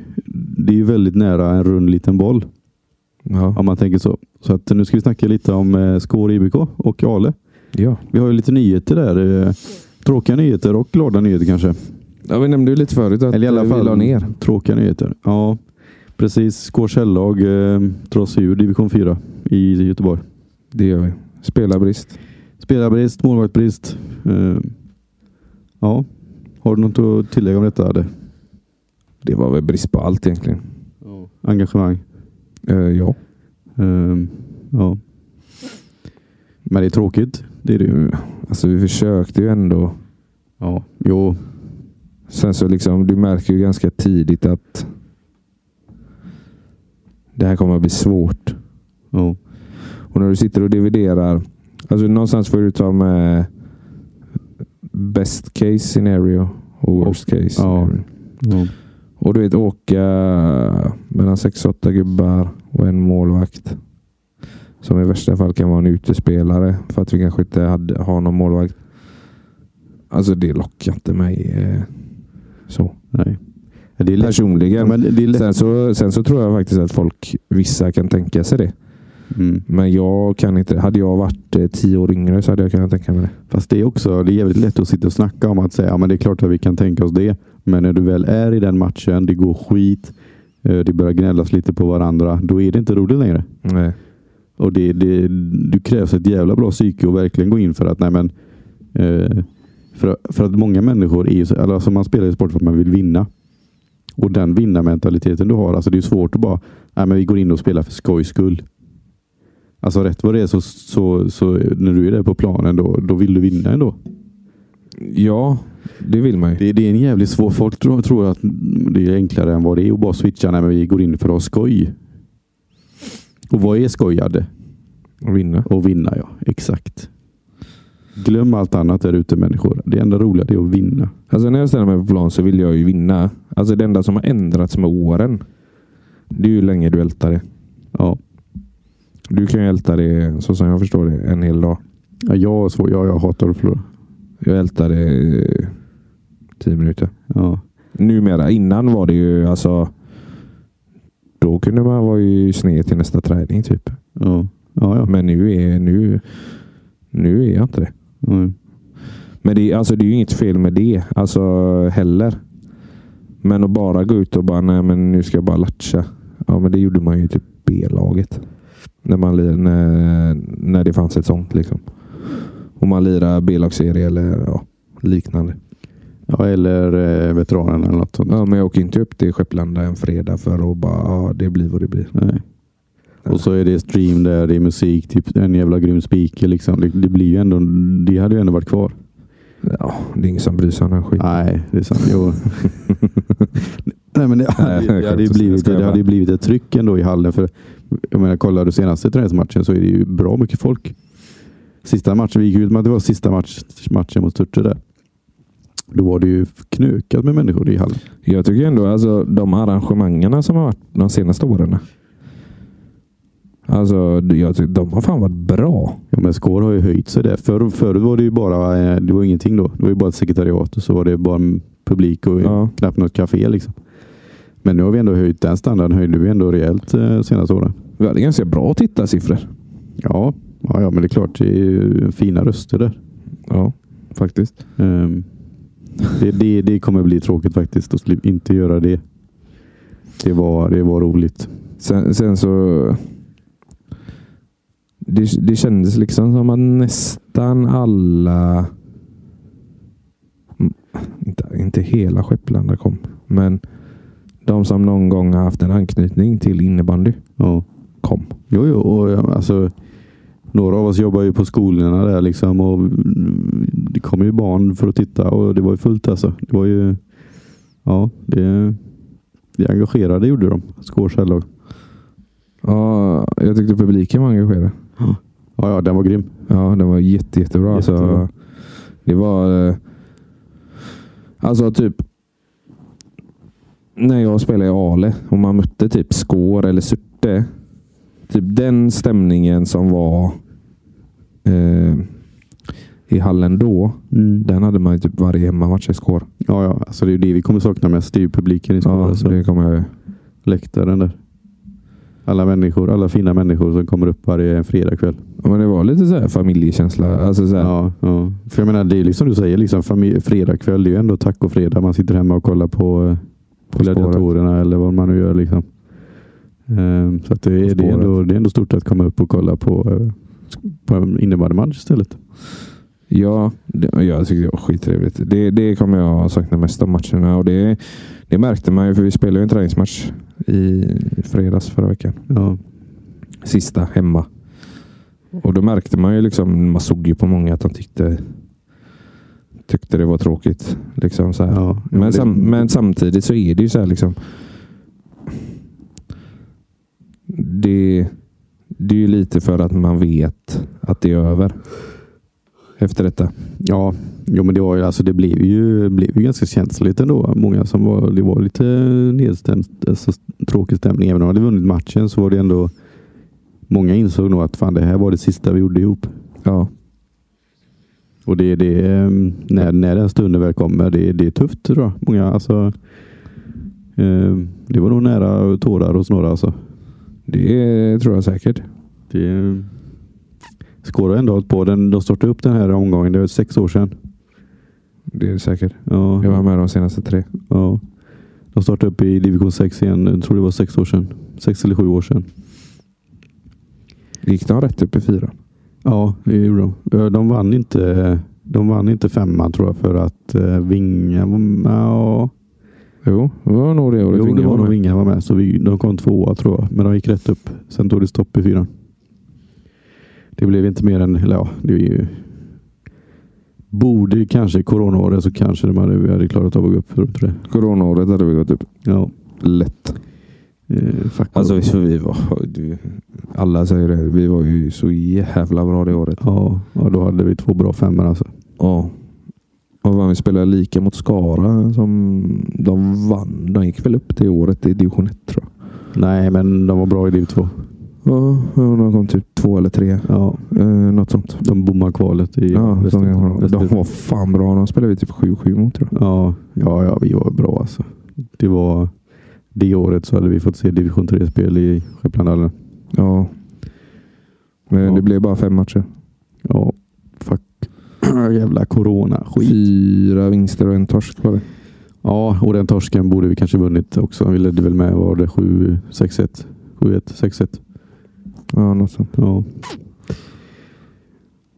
[SPEAKER 2] det är ju väldigt nära en rund liten boll.
[SPEAKER 1] Ja.
[SPEAKER 2] Om man tänker så. Så att nu ska vi snacka lite om eh, Skår IBK och Ale.
[SPEAKER 1] ja.
[SPEAKER 2] Vi har ju lite nyheter där. eh, Tråkiga nyheter och glada nyheter kanske.
[SPEAKER 1] Ja, vi nämnde ju lite förut att
[SPEAKER 2] Eller i alla
[SPEAKER 1] eh, vi
[SPEAKER 2] fall-
[SPEAKER 1] la ner.
[SPEAKER 2] Tråkiga nyheter. Ja, precis. Skårs källag eh, drar sig ur division 4 i Göteborg.
[SPEAKER 1] Det gör vi. Spelarbrist.
[SPEAKER 2] Spelarbrist, målvaktbrist. Eh, ja, har du något att tillägga om detta? Adde?
[SPEAKER 1] Det var väl brist på allt egentligen.
[SPEAKER 2] Engagemang?
[SPEAKER 1] Eh, ja.
[SPEAKER 2] Eh, ja. Men det är tråkigt. Det är det ju.
[SPEAKER 1] Mm. Alltså vi försökte ju ändå.
[SPEAKER 2] Ja, jo.
[SPEAKER 1] Sen så liksom, du märker ju ganska tidigt att det här kommer att bli svårt.
[SPEAKER 2] Ja.
[SPEAKER 1] Och när du sitter och dividerar. Alltså någonstans får du ta med best case scenario och worst case
[SPEAKER 2] ja.
[SPEAKER 1] scenario.
[SPEAKER 2] Ja.
[SPEAKER 1] Och du vet åka mellan 6-8 gubbar och en målvakt. Som i värsta fall kan vara en utespelare. För att vi kanske inte hade, har någon målvakt. Alltså det lockar inte mig. Eh, så.
[SPEAKER 2] Nej. Det är lätt.
[SPEAKER 1] Personligen.
[SPEAKER 2] Men det är lätt.
[SPEAKER 1] sen, så, sen så tror jag faktiskt att folk, vissa kan tänka sig det.
[SPEAKER 2] Mm.
[SPEAKER 1] Men jag kan inte. Hade jag varit eh, tio år yngre så hade jag kunnat tänka mig det.
[SPEAKER 2] Fast det är också det är jävligt lätt att sitta och snacka om att säga ja, men det är klart att vi kan tänka oss det. Men när du väl är i den matchen, det går skit, eh, det börjar gnällas lite på varandra. Då är det inte roligt längre.
[SPEAKER 1] Nej.
[SPEAKER 2] Och det, det, du krävs ett jävla bra psyke och verkligen gå in för att nej men eh, för, för att många människor är ju så, eller alltså man spelar ju sport för att man vill vinna. Och den vinnarmentaliteten du har, alltså det är ju svårt att bara, nej men vi går in och spelar för skojs skull. Alltså rätt vad det är så, så, så när du är där på planen då, då vill du vinna ändå.
[SPEAKER 1] Ja, det vill man ju.
[SPEAKER 2] Det, det är en jävligt svår... Folk tror, tror att det är enklare än vad det är att bara switcha. Nej, men vi går in för att ha skoj. Och vad är skojade?
[SPEAKER 1] Att vinna.
[SPEAKER 2] Att vinna, ja. Exakt. Glöm allt annat där ute människor. Det enda roliga det är att vinna.
[SPEAKER 1] Alltså när jag ställer mig på plan så vill jag ju vinna. Alltså det enda som har ändrats med åren. Det är ju hur länge du ältar det.
[SPEAKER 2] Ja,
[SPEAKER 1] Du kan ju älta det, så som jag förstår det, en hel dag.
[SPEAKER 2] ja jag, är svår, ja, jag hatar att förlora.
[SPEAKER 1] Jag ältar det eh, tio minuter.
[SPEAKER 2] Ja.
[SPEAKER 1] Numera. Innan var det ju alltså... Då kunde man vara ju sned till nästa träning typ.
[SPEAKER 2] Ja. Ja, ja.
[SPEAKER 1] Men nu är, nu, nu är jag inte det.
[SPEAKER 2] Mm.
[SPEAKER 1] Men det, är- alltså, det är ju inget fel med det alltså, heller. Men att bara gå ut och bara, nej men nu ska jag bara latcha. Ja, men det gjorde man ju i typ B-laget. När, man, li- när, när det fanns ett sånt. liksom. Och man lirar B-lagsserie eller ja, liknande.
[SPEAKER 2] ja eller eh, veteranen eller något sånt.
[SPEAKER 1] Ja, men jag åker inte upp till Skepplanda en fredag för att bara, ja det blir vad det blir.
[SPEAKER 2] Nej. Och så är det stream där, det är musik, typ en jävla grym speaker liksom. Det, det blir ju ändå, det hade ju ändå varit kvar.
[SPEAKER 1] Ja, det är ingen som bryr sig om den skiten.
[SPEAKER 2] Nej, det är sant. Jo. Nej, men det,
[SPEAKER 1] Nej,
[SPEAKER 2] det, hade ju
[SPEAKER 1] skämt. Jag
[SPEAKER 2] blivit,
[SPEAKER 1] skojar
[SPEAKER 2] det hade ju
[SPEAKER 1] bara.
[SPEAKER 2] blivit ett tryck ändå i hallen. För, jag menar, kollar du senaste träningsmatchen så är det ju bra mycket folk. Sista matchen, vi gick ut med att det var sista match, matchen mot Turte där. Då var det ju knökat med människor i hallen.
[SPEAKER 1] Jag tycker ändå alltså de arrangemangen som har varit de senaste åren. Alltså, jag tycker, de har fan varit bra.
[SPEAKER 2] Ja, men Skår har ju höjt sig där. Förr, förut var det ju bara eh, det var ingenting då. Det var ju bara ett sekretariat och så var det bara en publik och
[SPEAKER 1] Ja.
[SPEAKER 2] knappt något café. Liksom. Men nu har vi ändå höjt den standarden. Höjde vi ändå rejält eh, senaste åren.
[SPEAKER 1] Vi hade ganska bra tittarsiffror.
[SPEAKER 2] Ja, ja, ja men det är klart. Det är ju fina röster där.
[SPEAKER 1] Ja, faktiskt.
[SPEAKER 2] Ehm, det, det, det kommer bli tråkigt faktiskt att slip- inte göra det. Det var, det var roligt.
[SPEAKER 1] Sen, sen så... Det, det kändes liksom som att nästan alla... Mm, Inte, inte hela Skepplanda kom, men de som någon gång har haft en anknytning till innebandy
[SPEAKER 2] Ja.
[SPEAKER 1] kom.
[SPEAKER 2] Jo, jo och, ja, alltså, några av oss jobbar ju på skolorna där liksom och mm, det kom ju barn för att titta och det var ju fullt alltså. Det var ju... Ja, det, det engagerade gjorde de. Skårs herrlag.
[SPEAKER 1] Ja, jag tyckte publiken var engagerad.
[SPEAKER 2] Ja, ja, den var grym.
[SPEAKER 1] Ja, den var jätte, jättebra. Alltså,
[SPEAKER 2] Jättebra.
[SPEAKER 1] det var... eh, Alltså typ... När jag spelade i Ale och man mötte typ Skår eller Surte. Typ den stämningen som var eh, i hallen då. Den hade man ju typ varje hemmamatch i Skår.
[SPEAKER 2] Ja, ja, alltså det är ju det vi kommer sakna mest. Det är ju publiken i skolan.
[SPEAKER 1] Ja,
[SPEAKER 2] alltså.
[SPEAKER 1] det kommer jag
[SPEAKER 2] Läktaren där. Alla människor, alla fina människor som kommer upp varje fredagkväll.
[SPEAKER 1] ja, men Det var lite så här familjekänsla. Alltså så här,
[SPEAKER 2] Ja, ja. För jag menar, det är liksom du säger, liksom, fami- fredagkväll, det är ju ändå tacofredag. Man sitter hemma och kollar på eh,
[SPEAKER 1] På spåret.
[SPEAKER 2] gladiatorerna eller vad man nu gör. Liksom. Ehm, så att det, är, det, är
[SPEAKER 1] spåret.
[SPEAKER 2] ändå, det är ändå stort att komma upp och kolla på, eh, på en innebandymatch istället.
[SPEAKER 1] Ja, det, jag tyckte det var skittrevligt. Det, det kommer jag sakna mest av matcherna. Och det, det märkte man ju, för vi spelade ju en träningsmatch i fredags förra veckan.
[SPEAKER 2] Ja,
[SPEAKER 1] Sista hemma. Och då märkte man ju liksom, man såg ju på många att de tyckte, tyckte det var tråkigt. Liksom så här.
[SPEAKER 2] ja.
[SPEAKER 1] Men,
[SPEAKER 2] det,
[SPEAKER 1] sam, men samtidigt så är det ju så här liksom. Det, det är ju lite för att man vet att det är över. Efter detta.
[SPEAKER 2] Ja, jo, men det, var ju, alltså, det blev, ju, blev ju ganska känsligt ändå. Många som var, det var lite nedstämt, alltså, tråkig stämning. Även om de hade vunnit matchen så var det ändå Många insåg nog att fan, det här var det sista vi gjorde ihop.
[SPEAKER 1] Ja.
[SPEAKER 2] Och det är det, ehm, när, när den stunden väl kommer, det, det är tufft tror jag. Många, alltså, ehm, det var nog nära tårar hos några. Alltså.
[SPEAKER 1] Det tror jag säkert.
[SPEAKER 2] Det, Skåra har ändå hållit på. Den, de startade upp den här omgången, det var sex år sedan.
[SPEAKER 1] Det är säkert.
[SPEAKER 2] Ja,
[SPEAKER 1] Jag var med de senaste tre.
[SPEAKER 2] ja. De startade upp i division 6 igen, jag tror det var sex år sedan. Sex eller sju år sedan.
[SPEAKER 1] Gick de rätt upp i fyran?
[SPEAKER 2] Ja, det gjorde de. Eh, De vann inte, de vann inte femman tror jag för att eh, Vinga var med. Ja,
[SPEAKER 1] Jo, det var nog det året
[SPEAKER 2] Jo, det
[SPEAKER 1] Vinga
[SPEAKER 2] var nog
[SPEAKER 1] med.
[SPEAKER 2] Vinga var med. Så vi, de kom tvåa tror jag. Men de gick rätt upp. Sen tog det stopp i fyran. Det blev inte mer än, eller ja, det är ju... Borde ju kanske i coronaåret så kanske de hade, vi hade klarat av att gå upp. Tror jag.
[SPEAKER 1] Coronaåret hade vi gått upp
[SPEAKER 2] Ja.
[SPEAKER 1] lätt.
[SPEAKER 2] Eh, fuck
[SPEAKER 1] Alltså
[SPEAKER 2] all.
[SPEAKER 1] så vi var... du- Alla säger det. Vi var ju så jävla bra det året.
[SPEAKER 2] ja, ja, då hade vi två bra femmor alltså.
[SPEAKER 1] Ja. Och vad vi spelade lika mot Skara som de vann. De gick väl upp det året i division 1 tror jag.
[SPEAKER 2] Nej, men de var bra i div två.
[SPEAKER 1] Ja, och de kom typ två eller tre.
[SPEAKER 2] Ja,
[SPEAKER 1] Eh, något sånt.
[SPEAKER 2] de bommade kvalet i
[SPEAKER 1] Ja, de,
[SPEAKER 2] Väster-
[SPEAKER 1] de
[SPEAKER 2] Väster-
[SPEAKER 1] var fan bra. De spelade vi typ 7-7 mot tror jag.
[SPEAKER 2] Ja, ja, ja, vi var bra alltså. Det var det året så hade vi fått se division 3-spel i Skepplandhallen.
[SPEAKER 1] Ja. Men
[SPEAKER 2] Ja.
[SPEAKER 1] det blev bara fem matcher.
[SPEAKER 2] Ja, fuck. Jävla corona. Skit.
[SPEAKER 1] Fyra vinster och en torsk var det.
[SPEAKER 2] Ja, och den torsken borde vi kanske vunnit också. Vi ledde väl med, var det 7-6-1? 7-1, 6-1.
[SPEAKER 1] Ja, något sånt.
[SPEAKER 2] Ja.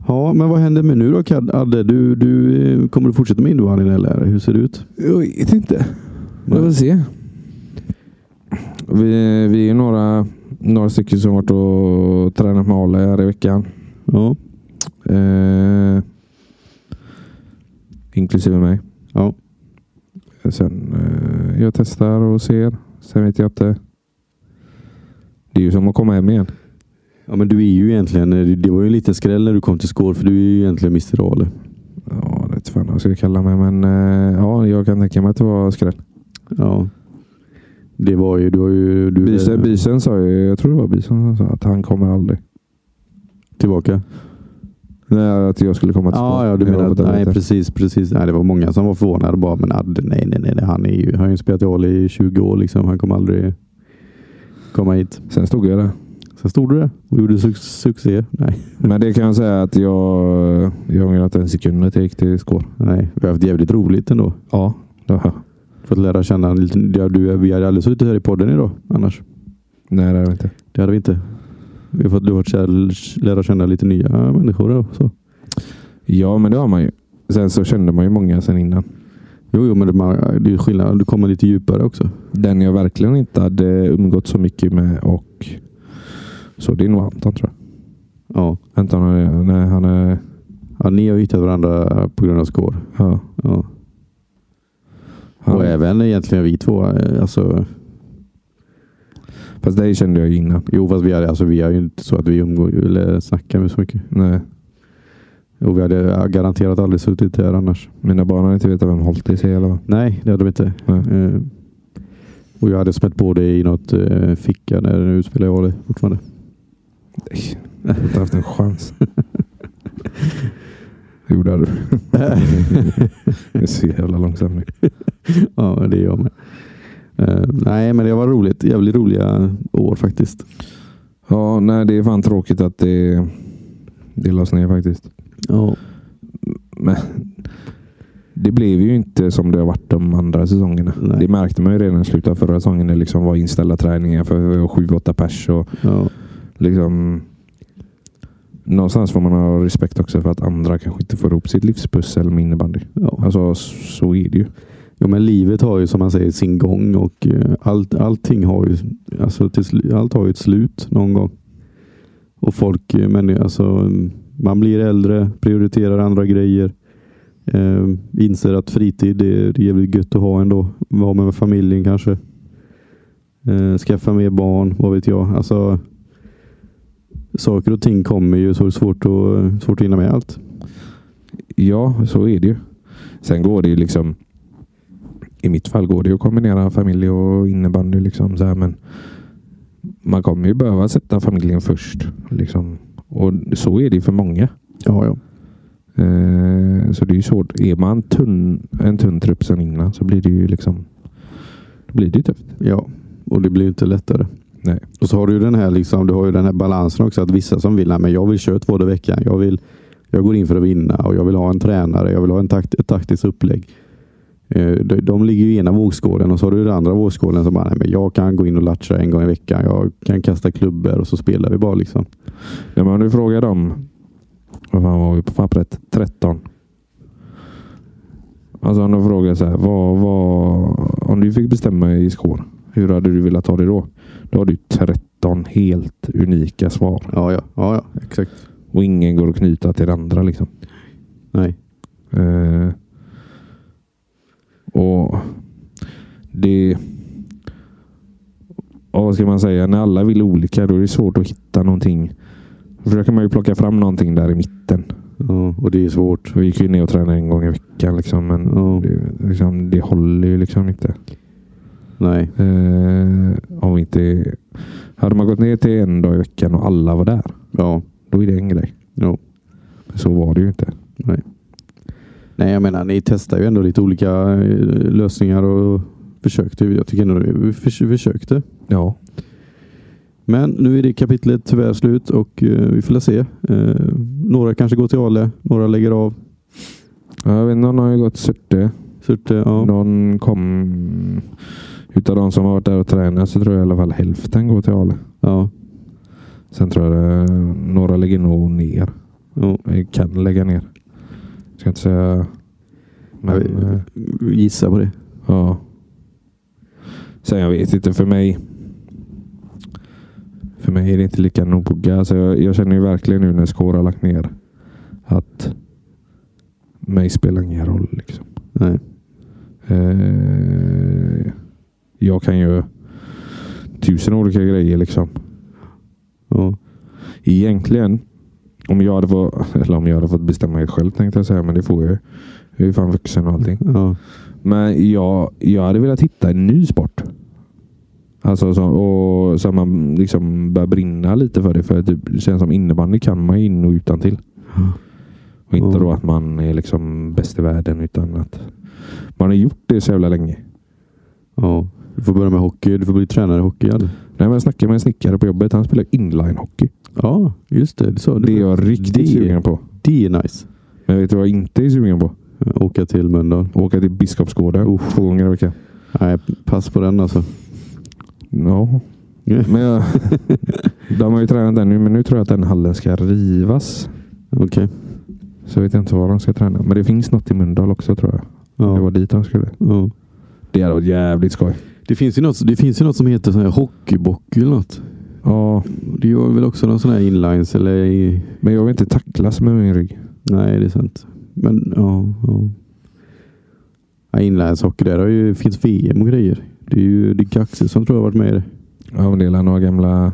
[SPEAKER 2] Ja, men vad händer med nu då Kad- Adde? Du, du, eh, kommer du fortsätta med innebandyn eller hur ser det ut?
[SPEAKER 1] Jag vet inte. Vi får se. Vi, vi är några, några stycken som varit och tränat med Ale här i veckan.
[SPEAKER 2] Ja,
[SPEAKER 1] Eh, inklusive mig.
[SPEAKER 2] ja,
[SPEAKER 1] Sen, eh, jag testar och ser. Sen vet jag inte. Det är ju som att komma hem igen.
[SPEAKER 2] ja, men du är ju egentligen, eh, det var ju en liten skräll när du kom till Skår för du är ju egentligen Mr Ale.
[SPEAKER 1] Ja, det vet fan vad jag ska kalla mig. Men eh, ja, jag kan tänka mig att det var skräll.
[SPEAKER 2] Ja. Det var ju... Du har ju du,
[SPEAKER 1] Bysen, Bysen sa ju, jag tror det var Bysen som sa att han kommer aldrig.
[SPEAKER 2] Tillbaka.
[SPEAKER 1] Nej, att jag skulle komma
[SPEAKER 2] Ja, ja, du
[SPEAKER 1] Jag var
[SPEAKER 2] menar
[SPEAKER 1] på
[SPEAKER 2] att, nej,
[SPEAKER 1] toaletten.
[SPEAKER 2] precis, precis. Nej, det var många som var förvånade. Bara, men Adde, nej, nej, nej, nej. Han, är ju, han har ju spelat i Ål i 20 år. Liksom. Han kommer aldrig komma hit.
[SPEAKER 1] Sen stod jag där.
[SPEAKER 2] Sen stod du där och gjorde suc- succé. Nej,
[SPEAKER 1] Men det kan jag säga att jag, jag ångrar inte en sekund att jag gick till Skår.
[SPEAKER 2] nej. Vi har haft jävligt roligt ändå.
[SPEAKER 1] Ja, det har jag.
[SPEAKER 2] Fått lära känna lite. Ja, du, vi hade aldrig suttit här i podden idag annars.
[SPEAKER 1] Nej, det har jag inte.
[SPEAKER 2] Det hade vi inte. Vi har fått du har fått kär- lära känna lite nya människor. Och så.
[SPEAKER 1] Ja, men det har man ju. Sen så kände man ju många sen innan.
[SPEAKER 2] Jo, jo, men det, man, det är skillnad. Du kommer lite djupare också.
[SPEAKER 1] Den jag verkligen inte hade umgått så mycket med och så det är nog Anton tror
[SPEAKER 2] Ja.
[SPEAKER 1] jag. Anton, har det- nej, han är...
[SPEAKER 2] ja ni har ju hittat varandra på grund av skår.
[SPEAKER 1] Ja,
[SPEAKER 2] Ja.
[SPEAKER 1] han,
[SPEAKER 2] Och även egentligen vi två. eh, Alltså,
[SPEAKER 1] Fast det kände jag ju innan.
[SPEAKER 2] jo, fast vi, hade, alltså, vi är ju inte så att vi umgår eller snackar med så mycket.
[SPEAKER 1] Nej,
[SPEAKER 2] Och vi hade eh, garanterat aldrig suttit här annars.
[SPEAKER 1] mina barn har inte vetat vem Holtis är eller vad.
[SPEAKER 2] Nej, det hade vi inte.
[SPEAKER 1] Nej.
[SPEAKER 2] Eh, och jag hade smält på dig i något eh, ficka när du spelade jag det E fortfarande.
[SPEAKER 1] Nej, jag har inte haft en chans. Jo, det hade du. Jag är så jävla långsam nu.
[SPEAKER 2] ja, men det är jag med. Eh, nej, men det var roligt. Jävligt roliga år faktiskt.
[SPEAKER 1] Ja, nej, det är fan tråkigt att det, det lades ner faktiskt.
[SPEAKER 2] Ja.
[SPEAKER 1] Men det blev ju inte som det har varit de andra säsongerna.
[SPEAKER 2] Nej.
[SPEAKER 1] Det märkte man ju redan i slutet av förra säsongen. Det liksom var inställda träningar för 7-8 pers. Och
[SPEAKER 2] ja.
[SPEAKER 1] liksom, någonstans får man ha respekt också för att andra kanske inte får ihop sitt livspussel med innebandy.
[SPEAKER 2] ja.
[SPEAKER 1] Alltså, så är det ju.
[SPEAKER 2] Jo, men livet har ju som man säger sin gång och eh, allt, allting har ju, alltså, till, slu- allt har ju ett slut någon gång. Och folk, eh, men, alltså, mm, man blir äldre, prioriterar andra grejer. Eh, inser att fritid det är det är jävligt gött att ha ändå. Vara med familjen kanske. Eh, skaffa mer barn, vad vet jag. Alltså, saker och ting kommer ju så det är svårt att, svårt att hinna med allt.
[SPEAKER 1] Ja, så är det ju. Sen går det ju liksom... I mitt fall går det ju att kombinera familj och innebandy. Liksom, så här, men man kommer ju behöva sätta familjen först. Liksom. Och så är det ju för många.
[SPEAKER 2] Ja, ja.
[SPEAKER 1] Eh, så det är ju svårt. Är man tunn, en tunn trupp sen innan så blir det ju liksom... Då blir det ju tufft.
[SPEAKER 2] Ja, och det blir ju inte lättare.
[SPEAKER 1] Nej.
[SPEAKER 2] Och så har du ju den här, liksom, du har ju den här balansen också. Att vissa som vill, "Nej, men jag vill köra två dagar i veckan. Jag, vill, jag går in för att vinna och jag vill ha en tränare. Jag vill ha en takt, ett taktiskt upplägg. Eh, De, de ligger ju i ena vågskålen och så har du den andra vågskålen som bara, Nej, men jag kan gå in och latcha en gång i veckan. Jag kan kasta klubbor och så spelar vi bara. liksom.
[SPEAKER 1] Ja, men om du frågar dem. Vad fan var vi på pappret? 13. Alltså om de frågar så här. Vad, vad, om du fick bestämma i skår. Hur hade du velat ha det då? Då har du 13 helt unika svar.
[SPEAKER 2] Ja, ja, ja, ja exakt.
[SPEAKER 1] Och ingen går att knyta till det andra. Liksom.
[SPEAKER 2] Nej.
[SPEAKER 1] Eh, och det... Ja, vad ska man säga? När alla vill olika då är det svårt att hitta någonting. Försöker man ju plocka fram någonting där i mitten.
[SPEAKER 2] Ja, och det är svårt.
[SPEAKER 1] Så vi gick ju ner och tränade en gång i veckan. Liksom, men
[SPEAKER 2] Ja,
[SPEAKER 1] det, liksom, det håller ju liksom inte.
[SPEAKER 2] nej.
[SPEAKER 1] Eh, om vi inte... Hade man gått ner till en dag i veckan och alla var där,
[SPEAKER 2] Ja,
[SPEAKER 1] då är det en grej.
[SPEAKER 2] ja.
[SPEAKER 1] Men så var det ju inte.
[SPEAKER 2] Nej, jag menar, ni testar ju ändå lite olika eh, lösningar och försökte. Jag tycker ändå vi förs- försökte.
[SPEAKER 1] Ja,
[SPEAKER 2] Men nu är det kapitlet tyvärr slut och eh, vi får väl se. Eh, några kanske går till Ale, några lägger av.
[SPEAKER 1] jag vet inte. Någon har ju gått Surte.
[SPEAKER 2] Surte, eh, ja.
[SPEAKER 1] Någon kom... Utav de som har varit där och tränat så tror jag i alla fall hälften går till Ale.
[SPEAKER 2] ja,
[SPEAKER 1] Sen tror jag eh, några lägger nog ner.
[SPEAKER 2] ja.
[SPEAKER 1] Eh, Kan lägga ner. Ska inte säga... Men, eh,
[SPEAKER 2] Gissa på det.
[SPEAKER 1] Ja. Sen jag vet inte, för mig. För mig är det inte lika noga. Alltså jag, jag känner ju verkligen nu när Skåra har lagt ner att mig spelar ingen roll. Liksom.
[SPEAKER 2] Nej.
[SPEAKER 1] Eh, jag kan ju tusen olika grejer. liksom
[SPEAKER 2] Ja.
[SPEAKER 1] Egentligen, om jag hade fått, eller om jag hade fått bestämma helt själv tänkte jag säga, men det får jag ju. Jag är ju fan vuxen och allting.
[SPEAKER 2] Ja.
[SPEAKER 1] Men jag, jag hade velat hitta en ny sport. Alltså så, och så man liksom börjar brinna lite för det. För typ, det känns som innebandy kan man ju in och utan till. Och inte
[SPEAKER 2] Ja.
[SPEAKER 1] då att man är liksom bäst i världen utan att man har gjort det så jävla länge.
[SPEAKER 2] Ja. Du får börja med hockey. Du får bli tränare i hockey. Eller?
[SPEAKER 1] Nej, men jag snackade med en snickare på jobbet. Han spelar inlinehockey.
[SPEAKER 2] Ja, just det. Det sa du.
[SPEAKER 1] Det är jag riktigt
[SPEAKER 2] Det-
[SPEAKER 1] sugen på.
[SPEAKER 2] Det är nice.
[SPEAKER 1] Men vet du vad jag inte är sugen på?
[SPEAKER 2] Åka till Mölndal.
[SPEAKER 1] Åka till Biskopsgården två gånger i veckan.
[SPEAKER 2] Nej, pass på den alltså.
[SPEAKER 1] Ja. Men jag, de har ju tränat den nu, men nu tror jag att den hallen ska rivas.
[SPEAKER 2] Okej.
[SPEAKER 1] Så jag vet inte var de ska träna. Men det finns något i Mölndal också tror jag. Det var
[SPEAKER 2] Ja.
[SPEAKER 1] dit de skulle.
[SPEAKER 2] Ja.
[SPEAKER 1] Det hade varit jävligt skoj.
[SPEAKER 2] Det finns ju något, det finns ju något som heter sån här hockeybock eller något.
[SPEAKER 1] Ja,
[SPEAKER 2] Det gör väl också någon sån här inlines eller i...
[SPEAKER 1] men jag vill inte tacklas med min rygg.
[SPEAKER 2] Nej, det är sant. Men ja. ja. ja inlineshockey, där har ju, finns VM och grejer. Det är ju Dick Axelsson tror jag har varit med i det.
[SPEAKER 1] Ja, men det är några gamla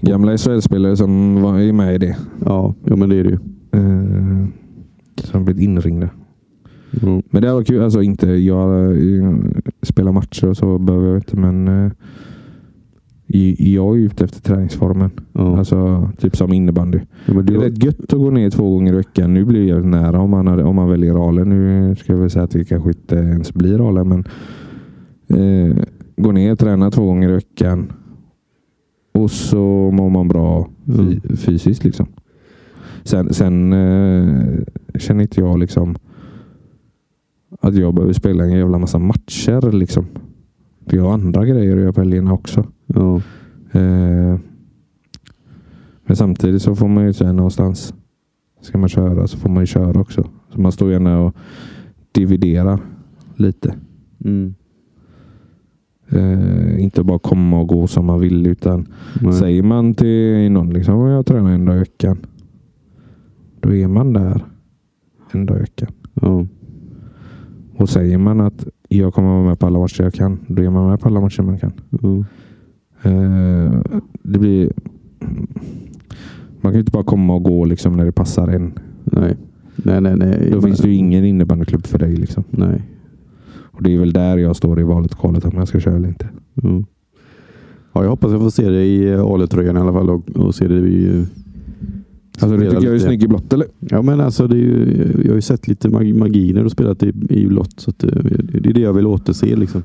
[SPEAKER 1] gamla SHL-spelare som var är med i det.
[SPEAKER 2] Ja, ja men det är det ju.
[SPEAKER 1] Eh, som blivit inringda.
[SPEAKER 2] Ja.
[SPEAKER 1] Men det var kul. Alltså inte jag eh, spelar matcher och så behöver jag inte. Men eh, i- jag är ute efter träningsformen.
[SPEAKER 2] Ja.
[SPEAKER 1] Alltså typ som innebandy.
[SPEAKER 2] ja, men
[SPEAKER 1] Det är
[SPEAKER 2] du,
[SPEAKER 1] rätt gött att gå ner två gånger i veckan. Nu blir det jävligt nära om man, hade, om man väljer Ralen. Nu ska jag väl säga att det kanske inte ens blir Ralen. Men eh, gå ner, träna två gånger i veckan. Och så mår man bra
[SPEAKER 2] Mm.
[SPEAKER 1] fy, fysiskt. liksom. Sen, sen eh, känner inte jag liksom att jag behöver spela en jävla massa matcher. liksom. Jag har andra grejer att göra på helgerna också.
[SPEAKER 2] ja.
[SPEAKER 1] Eh, Men samtidigt så får man ju säga någonstans. Ska man köra så får man ju köra också. Så man står gärna och dividerar lite.
[SPEAKER 2] Mm.
[SPEAKER 1] Eh, inte bara komma och gå som man vill. Utan
[SPEAKER 2] Nej.
[SPEAKER 1] säger man till någon liksom "Ja, jag tränar en dag i veckan. Då är man där en dag i veckan.
[SPEAKER 2] Ja.
[SPEAKER 1] Och säger man att jag kommer vara med på alla matcher jag kan. Då är man med på alla matcher man kan.
[SPEAKER 2] Ja.
[SPEAKER 1] Eh, det blir... Man kan ju inte bara komma och gå liksom när det passar en.
[SPEAKER 2] Nej. Nej, nej, nej.
[SPEAKER 1] Då finns det ju ingen innebandyklubb för dig. Liksom.
[SPEAKER 2] Nej.
[SPEAKER 1] Och Det är väl där jag står i valet och kvalet om jag ska köra eller inte.
[SPEAKER 2] Ja. Ja, jag hoppas jag får se dig i Ale-tröjan i alla fall och, och se dig i...
[SPEAKER 1] Alltså, du
[SPEAKER 2] spela
[SPEAKER 1] tycker jag är
[SPEAKER 2] lite.
[SPEAKER 1] snygg i blått eller?
[SPEAKER 2] Ja, men alltså det är ju, jag har ju sett lite magi, magi när du spelat i, i blått. Så att det, det är det jag vill återse. Liksom.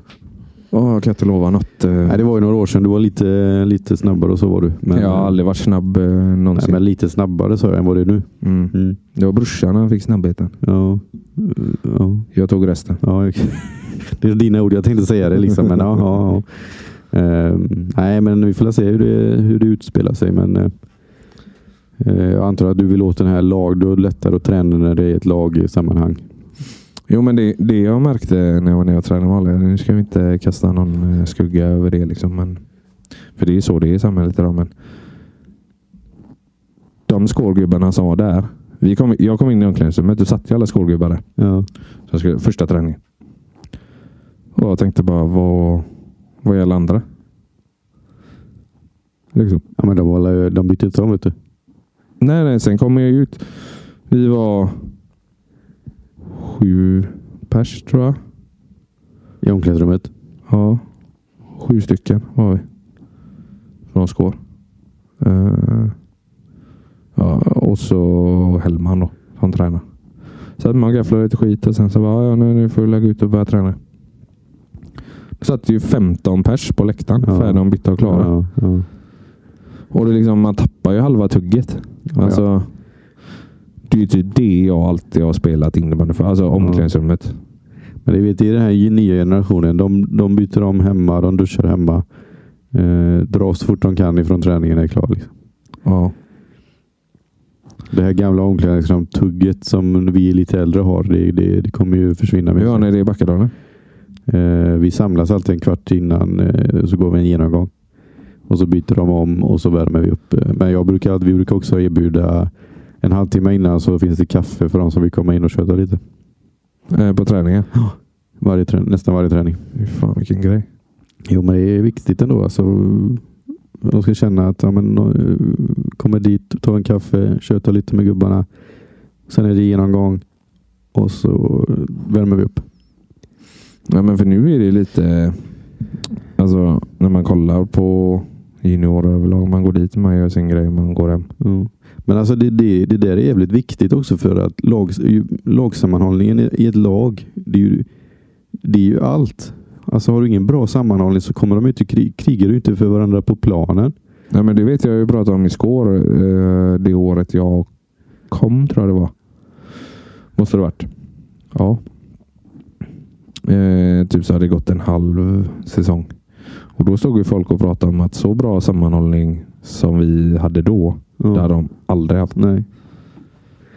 [SPEAKER 1] Oh, jag kan inte lova något. eh.
[SPEAKER 2] Nej, det var ju några år sedan. Du var lite, lite snabbare och så var du. Men,
[SPEAKER 1] jag har aldrig varit snabb eh,
[SPEAKER 2] nej,
[SPEAKER 1] någonsin.
[SPEAKER 2] men lite snabbare sa jag än vad det är nu.
[SPEAKER 1] Mm. Det var brorsan han fick snabbheten.
[SPEAKER 2] Ja. eh, Ja.
[SPEAKER 1] Jag tog resten.
[SPEAKER 2] Ja, jag- det är dina ord. Jag tänkte säga det liksom. Men, ja, ja, ja. Ehm, nej, men vi får väl se hur det, hur det utspelar sig. Men, eh, eh, jag antar att du vill åt den här lag. Du är det lättare att träna när det är ett lag i sammanhang.
[SPEAKER 1] Jo, men det, det jag märkte när jag var nere och tränade med Ale, nu ska vi inte kasta någon eh, skugga över det. Liksom, men, för det är ju så det är i samhället idag. Men de skålgubbarna som var där. Vi kom, jag kom in i omklädningsrummet. Då satt ju alla skålgubbar där.
[SPEAKER 2] Ja.
[SPEAKER 1] Så jag skulle, första träningen. Och jag tänkte bara, vad, vad gäller andra? Liksom.
[SPEAKER 2] Ja, men de, var, de bytte inte om vet du.
[SPEAKER 1] Nej, nej, sen kom jag ut. Vi var sju pers tror jag.
[SPEAKER 2] I omklädningsrummet.
[SPEAKER 1] Ja, sju stycken var vi. Från Skår. Eh, ja, och så Hellman då, som tränar. Så att man gafflade lite skit och sen så bara, ja, nu, nu får vi lägga ut och börja träna. Det satt ju 15 pers på läktaren,
[SPEAKER 2] Ja.
[SPEAKER 1] färdiga ombytta och klara.
[SPEAKER 2] Ja, ja.
[SPEAKER 1] Och det är liksom, man tappar ju halva tugget.
[SPEAKER 2] Ja,
[SPEAKER 1] Alltså, Det är ju typ det jag alltid har spelat innebandy för. Alltså omklädningsrummet.
[SPEAKER 2] Men det vet du, i den här nya generationen. De, de byter om hemma. De duschar hemma. Eh, drar så fort de kan ifrån träningen är klar. Liksom.
[SPEAKER 1] Ja.
[SPEAKER 2] Det här gamla omklädningsrumstugget som vi lite äldre har, det, det, det kommer ju försvinna.
[SPEAKER 1] Hur gör
[SPEAKER 2] Med.
[SPEAKER 1] ni det i Backadalen?
[SPEAKER 2] Eh, vi samlas alltid en kvart innan eh, så går vi en genomgång. Och så byter de om och så värmer vi upp. Eh, Men jag brukar, alltid- vi brukar också erbjuda en halvtimme innan så finns det kaffe för de som vill komma in och köta lite.
[SPEAKER 1] Eh, på träningen?
[SPEAKER 2] Varje trän, nästan varje träning.
[SPEAKER 1] Fy fan vilken grej.
[SPEAKER 2] Jo, men det är viktigt ändå. Alltså, de ska känna att ja, men, eh, kommer dit, tar en kaffe, tjötar lite med gubbarna. Sen är det genomgång och så värmer vi upp.
[SPEAKER 1] Nej, men för nu är det lite... eh, Alltså Alltså när man kollar på juniorer överlag. Man går dit, man gör sin grej, man går hem.
[SPEAKER 2] Ja. Men alltså det, det, det där är jävligt viktigt också för att lag, ju- lagsammanhållningen i- i ett lag, det är ju, det är ju allt. Alltså har du ingen bra sammanhållning så kommer de ju inte, krig, krigar du inte för varandra på planen.
[SPEAKER 1] Nej, men det vet jag ju pratade om i skår. Eh, det året jag kom tror jag det var. Måste det varit. Ja. Eh, typ så hade det gått en halv säsong. Och då stod ju folk och pratade om att så bra sammanhållning som vi hade då,
[SPEAKER 2] Ja.
[SPEAKER 1] det hade de aldrig haft.
[SPEAKER 2] Nej.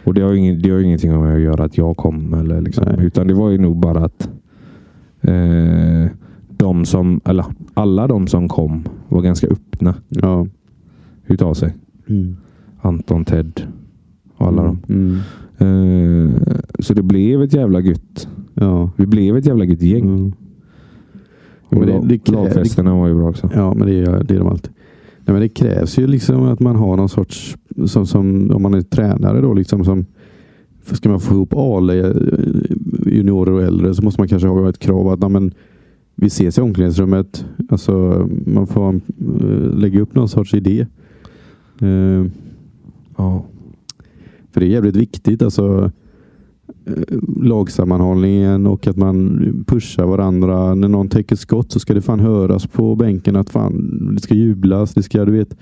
[SPEAKER 1] Och det har, ju ingen, det har ju ingenting med att göra att jag kom. Eller liksom,
[SPEAKER 2] Nej.
[SPEAKER 1] utan det var ju nog bara att eh, de som, eller, alla de som kom var ganska öppna
[SPEAKER 2] Ja.
[SPEAKER 1] utav sig. Anton, Ted och Mm. alla dem.
[SPEAKER 2] Mm.
[SPEAKER 1] Eh, så det blev ett jävla gött.
[SPEAKER 2] Ja.
[SPEAKER 1] Vi blev ett jävla gött gäng.
[SPEAKER 2] Mm.
[SPEAKER 1] Och
[SPEAKER 2] Men det-
[SPEAKER 1] lag-
[SPEAKER 2] det krä-
[SPEAKER 1] lagfesterna var ju bra också.
[SPEAKER 2] Ja, men det är, det är de alltid. Nej, men det krävs ju liksom att man har någon sorts, som, som, om man är tränare då, liksom som, för ska man få ihop A-lag, eh, juniorer och äldre så måste man kanske ha ett krav att nej, men, vi ses i omklädningsrummet. Alltså, man får ha en, eh, lägga upp någon sorts idé. Eh,
[SPEAKER 1] Ja.
[SPEAKER 2] för det är jävligt viktigt. Alltså, eh, lagsammanhållningen och att man pushar varandra. När någon täcker skott så ska det fan höras på bänken att fan, det ska jublas. Det ska, du vet.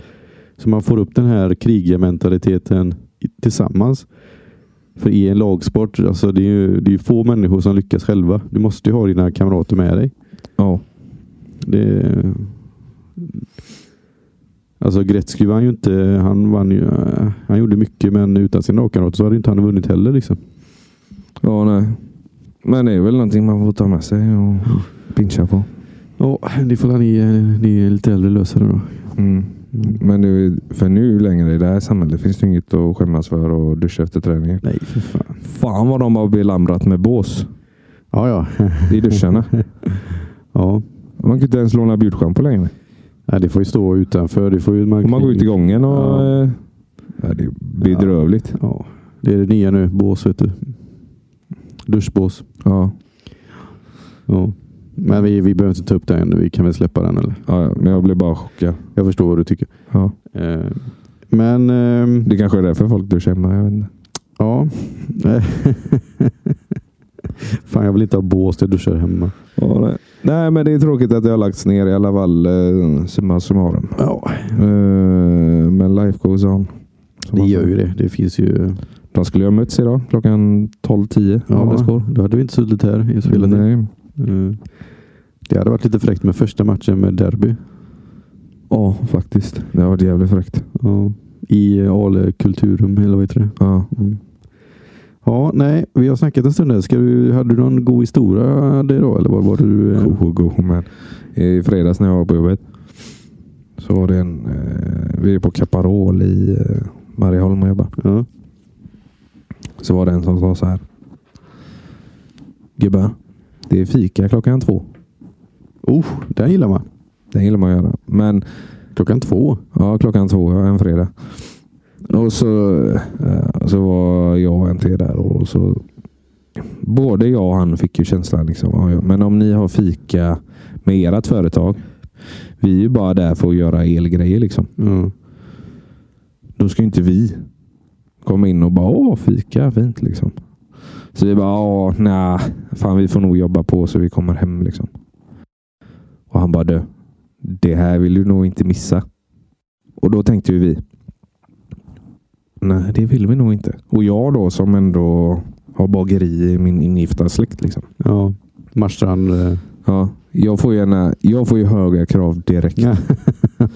[SPEAKER 2] Så man får upp den här krigarmentaliteten i- tillsammans. För i en lagsport, alltså det är ju det är ju få människor som lyckas själva. Du måste ju ha dina kamrater med dig.
[SPEAKER 1] Ja.
[SPEAKER 2] Det... Alltså Gretzky vann ju inte. Han, vann ju, han gjorde mycket men utan sina lagkamrater så hade inte han vunnit heller. Liksom.
[SPEAKER 1] ja, nej. Men det är väl någonting man får ta med sig och pincha på.
[SPEAKER 2] Ja, det får ni, ni lite äldre lösa det då.
[SPEAKER 1] Mm. Men det är, ju- för nu längre i det här samhället finns det inget att skämmas för och duscha efter träningen.
[SPEAKER 2] Nej, för fan.
[SPEAKER 1] Fan vad de har belamrat med bås
[SPEAKER 2] Ja, ja.
[SPEAKER 1] i duscharna.
[SPEAKER 2] ja.
[SPEAKER 1] Man kan inte ens låna bjudschampo längre.
[SPEAKER 2] Nej, det får ju stå utanför. Det får ju,
[SPEAKER 1] Och man går ut i gången och...
[SPEAKER 2] Ja.
[SPEAKER 1] eh, Ja, det är bedrövligt.
[SPEAKER 2] Ja, det är det nya nu. Bås, vet du. Duschbås.
[SPEAKER 1] Ja.
[SPEAKER 2] Ja. Men vi, vi behöver inte ta upp den ännu. Vi kan väl släppa den eller?
[SPEAKER 1] Ja, ja, men jag blev bara chockad.
[SPEAKER 2] Jag förstår vad du tycker.
[SPEAKER 1] Ja.
[SPEAKER 2] Eh, Men... ehm,
[SPEAKER 1] Det kanske är därför folk duschar hemma. Jag vet inte.
[SPEAKER 2] Ja. Nej. Fan, jag vill inte ha bås där jag duschar hemma.
[SPEAKER 1] Ja, nej. nej, men det är tråkigt att det har lagts ner i alla fall. Eh, summa summarum.
[SPEAKER 2] Ja,
[SPEAKER 1] Eh, men life goes on. Som
[SPEAKER 2] det
[SPEAKER 1] man
[SPEAKER 2] gör
[SPEAKER 1] säger.
[SPEAKER 2] ju det. Det finns ju...
[SPEAKER 1] De skulle ju ha mötts idag klockan 12.10. Ålderskår.
[SPEAKER 2] då hade vi inte suttit här och spelat in.
[SPEAKER 1] Nej.
[SPEAKER 2] Eh, Det hade varit lite fräckt med första matchen med derby.
[SPEAKER 1] Ja, faktiskt. Det har varit jävligt fräckt.
[SPEAKER 2] Ja. I eh, Ale kulturrum, eller vad heter det?
[SPEAKER 1] Ja.
[SPEAKER 2] Mm. Ja, nej, vi har snackat en stund där. Ska du, hade du någon god historia där då? Eller vad var det du... eh,
[SPEAKER 1] Go, go, man. I fredags när jag var på jobbet så var det en... Eh, vi är på Caparol i eh, Marieholm och jobbar.
[SPEAKER 2] Ja.
[SPEAKER 1] Så var det en som sa så här. Gubbar, det är fika klockan två.
[SPEAKER 2] Oh, den gillar man.
[SPEAKER 1] Den gillar man att göra. Men
[SPEAKER 2] Klockan två.
[SPEAKER 1] ja, klockan två, ja, en fredag. Och så, eh, så var jag och en till där. Och så, både jag och han fick ju känslan. Liksom, ja, ja, men om ni har fika med ert företag. Vi är ju bara där för att göra elgrejer. Liksom.
[SPEAKER 2] Ja.
[SPEAKER 1] Då ska ju inte vi komma in och bara åh, fika, fint liksom. Så vi bara åh, nej, fan vi får nog jobba på så vi kommer hem liksom. Och han bara du, det här vill du nog inte missa. Och då tänkte ju vi. Nej, det vill vi nog inte. Och jag då som ändå har bageri i min ingifta släkt. Liksom.
[SPEAKER 2] ja. Marstrand. eh,
[SPEAKER 1] Ja, jag, får gärna, jag får ju höga krav direkt.
[SPEAKER 2] Ja.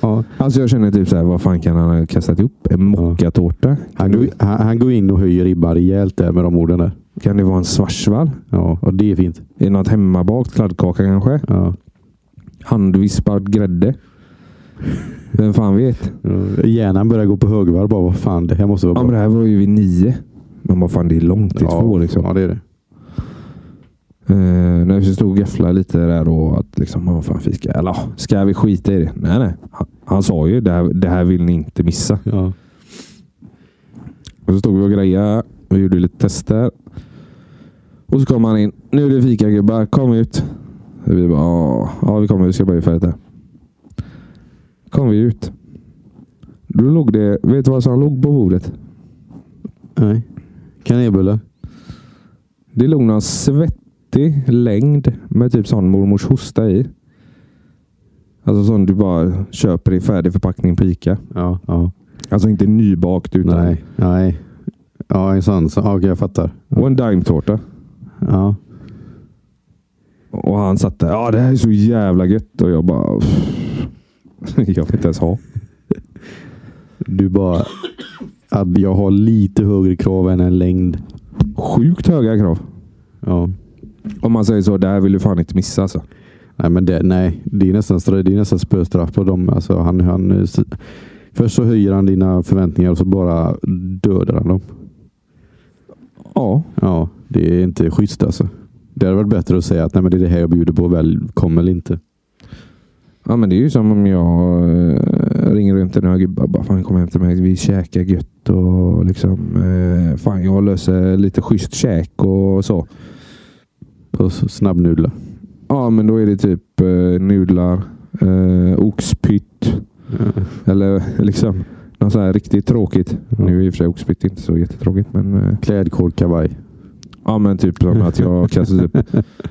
[SPEAKER 2] ja.
[SPEAKER 1] Alltså jag känner typ så här, vad fan kan han ha kastat ihop? En mockatårta?
[SPEAKER 2] Han, går, han, han går in och höjer ribban rejält där med de orden där.
[SPEAKER 1] Kan det vara en svarsvall?
[SPEAKER 2] Ja, och det är fint.
[SPEAKER 1] Är det något hemmabakt? Kladdkaka kanske?
[SPEAKER 2] Ja.
[SPEAKER 1] Handvispad grädde? Vem fan vet?
[SPEAKER 2] Ja, Hjärnan börjar gå på högvarv bara. Vad fan, det här måste vara
[SPEAKER 1] Ja,
[SPEAKER 2] bra.
[SPEAKER 1] men det här var ju vid nio. Men vad fan, det är långt till två liksom.
[SPEAKER 2] Ja, det är det.
[SPEAKER 1] Eh, när vi stod och gafflade lite där då. Att liksom, vad fan fika? Eller ja, ska vi skita i det? Nej, nej. Han, han sa ju det här, det här vill ni inte missa.
[SPEAKER 2] Ja.
[SPEAKER 1] Och så stod vi och grejade och gjorde lite tester. Och så kom han in. Nu är det fika gubbar, kom ut. Och vi bara, "Ja, ja vi kommer, vi ska bara göra färdigt här. kom vi ut. Då låg det... Vet du vad som låg på bordet?
[SPEAKER 2] Nej. Kanelbullar.
[SPEAKER 1] Det låg någon svettig längd med typ sån mormors hosta i. Alltså sån du bara köper i färdig förpackning på Ica.
[SPEAKER 2] Ja. ja.
[SPEAKER 1] Alltså inte nybakt utan...
[SPEAKER 2] Nej. Nej. Ja, en sån. Så, ja, okej, jag fattar.
[SPEAKER 1] Och en daimtårta.
[SPEAKER 2] Ja.
[SPEAKER 1] Och han satt där. Ja, det här är så jävla gött. Och jag bara... "Pff, Jag vill inte ens ha.
[SPEAKER 2] Du bara... Att jag har lite högre krav än en längd.
[SPEAKER 1] Sjukt höga krav.
[SPEAKER 2] Ja.
[SPEAKER 1] Om man säger så. Det här vill du fan inte missa alltså.
[SPEAKER 2] Nej, men det, nej, det är nästan, stra- det är nästan spöstraff på dem. Alltså, han, han, eh, s- först så höjer han dina förväntningar och så bara dödar han dem.
[SPEAKER 1] Ja.
[SPEAKER 2] Ja, det är inte schysst alltså. Det hade varit bättre att säga att nej, men det är det här jag bjuder på. Välkommen eller inte.
[SPEAKER 1] Ja men det är ju som om jag eh, ringer runt till några gubbar och bara fan kom hem till mig. Vi käkar gött och liksom eh, fan jag löser lite schysst käk och så.
[SPEAKER 2] Och s- snabbnudlar.
[SPEAKER 1] Ja men då är det typ eh, nudlar, eh, oxpytt eller liksom något så här riktigt tråkigt.
[SPEAKER 2] Ja.
[SPEAKER 1] Nu är i och för sig oxpytt inte så jättetråkigt men eh,
[SPEAKER 2] Klädkål, kavaj.
[SPEAKER 1] ja men typ som att jag kastar upp.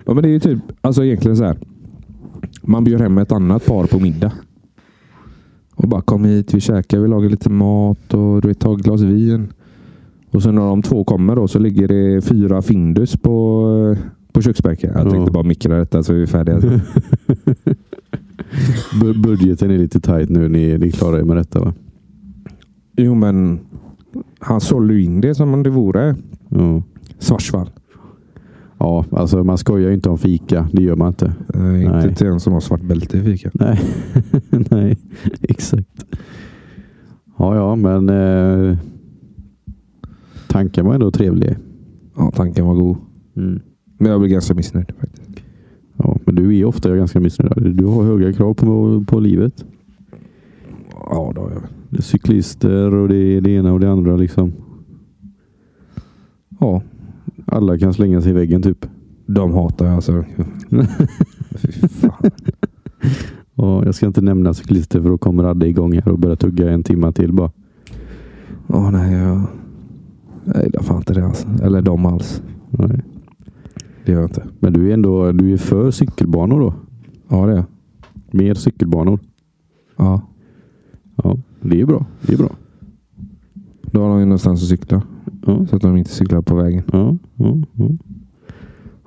[SPEAKER 1] Ja men det är ju typ alltså egentligen så här. Man bjöd hem ett annat par på middag. Och bara kom hit, vi käkar, vi lagar lite mat och du vet, ta ett glas vin. Och sen när de två kommer då så ligger det fyra Findus på, eh, på köksbänken. Jag tänkte
[SPEAKER 2] Ja.
[SPEAKER 1] bara mikra detta så är vi färdiga.
[SPEAKER 2] Bu- budgeten är lite tight nu. Ni, ni klarar er med detta va?
[SPEAKER 1] jo men han sålde ju in det som om det vore
[SPEAKER 2] Ja.
[SPEAKER 1] Svartsvall.
[SPEAKER 2] ja, alltså man skojar ju inte om fika. Det gör man inte.
[SPEAKER 1] Eh, inte
[SPEAKER 2] Nej.
[SPEAKER 1] till en som har svart bälte i fika.
[SPEAKER 2] Nej, nej, exakt. Ja, ja, men eh, tanken var ändå trevlig.
[SPEAKER 1] Ja, tanken var god. Men jag blev ganska missnöjd. faktiskt.
[SPEAKER 2] Ja, men du är ofta ganska missnöjd. Du har höga krav på, på livet.
[SPEAKER 1] Ja, det har jag väl.
[SPEAKER 2] Det är cyklister och det är det ena och det andra. Liksom.
[SPEAKER 1] Ja,
[SPEAKER 2] Alla kan slänga sig i väggen typ.
[SPEAKER 1] de hatar jag alltså. Fy fan.
[SPEAKER 2] Ja, jag ska inte nämna cyklister för då kommer Adde igång här och börjar tugga en timma till bara.
[SPEAKER 1] Åh nej, jag... Jag gillar fan inte det alls. Eller dem alls.
[SPEAKER 2] Nej.
[SPEAKER 1] Det gör jag inte.
[SPEAKER 2] Men du är ändå du är för cykelbanor då?
[SPEAKER 1] Ja, det är jag.
[SPEAKER 2] Mer cykelbanor?
[SPEAKER 1] Ja.
[SPEAKER 2] Ja, det är bra. Det är bra.
[SPEAKER 1] Då har de ju någonstans att cykla.
[SPEAKER 2] Ja.
[SPEAKER 1] Så att de inte cyklar på vägen.
[SPEAKER 2] Ja, ja, ja.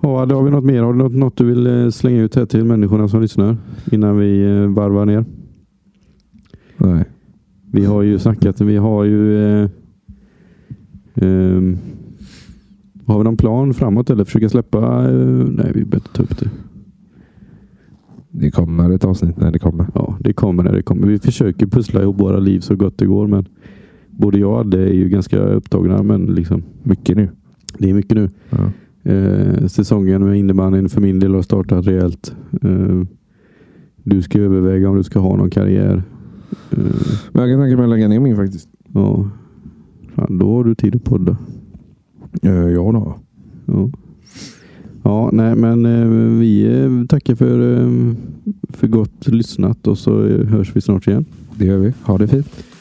[SPEAKER 2] Ja, då har vi något mer? Har du något, något du vill eh, slänga ut här till människorna som lyssnar innan vi eh, varvar ner?
[SPEAKER 1] Nej.
[SPEAKER 2] Vi har ju snackat, vi har ju... Eh, ehm, har vi någon plan framåt eller försöka släppa? Eh, nej, vi behöver inte ta upp det.
[SPEAKER 1] Det kommer ett avsnitt när det kommer.
[SPEAKER 2] Ja, det kommer när det kommer. Vi försöker pussla ihop våra liv så gott det går, men både jag och Adde är ju ganska upptagna. Men liksom,
[SPEAKER 1] Mycket nu.
[SPEAKER 2] det är mycket nu.
[SPEAKER 1] Ja.
[SPEAKER 2] Eh, säsongen med innebandyn för min del har startat rejält. Eh, du ska överväga om du ska ha någon karriär. Eh,
[SPEAKER 1] Men jag kan tänka mig att lägga ner min faktiskt.
[SPEAKER 2] ja. Fan, då har du tid att podda.
[SPEAKER 1] Eh, Ja då.
[SPEAKER 2] Ja, ja nej, men eh, vi eh, tackar för, eh, för gott lyssnat och så eh, hörs vi snart igen.
[SPEAKER 1] Det gör vi. Ha det fint.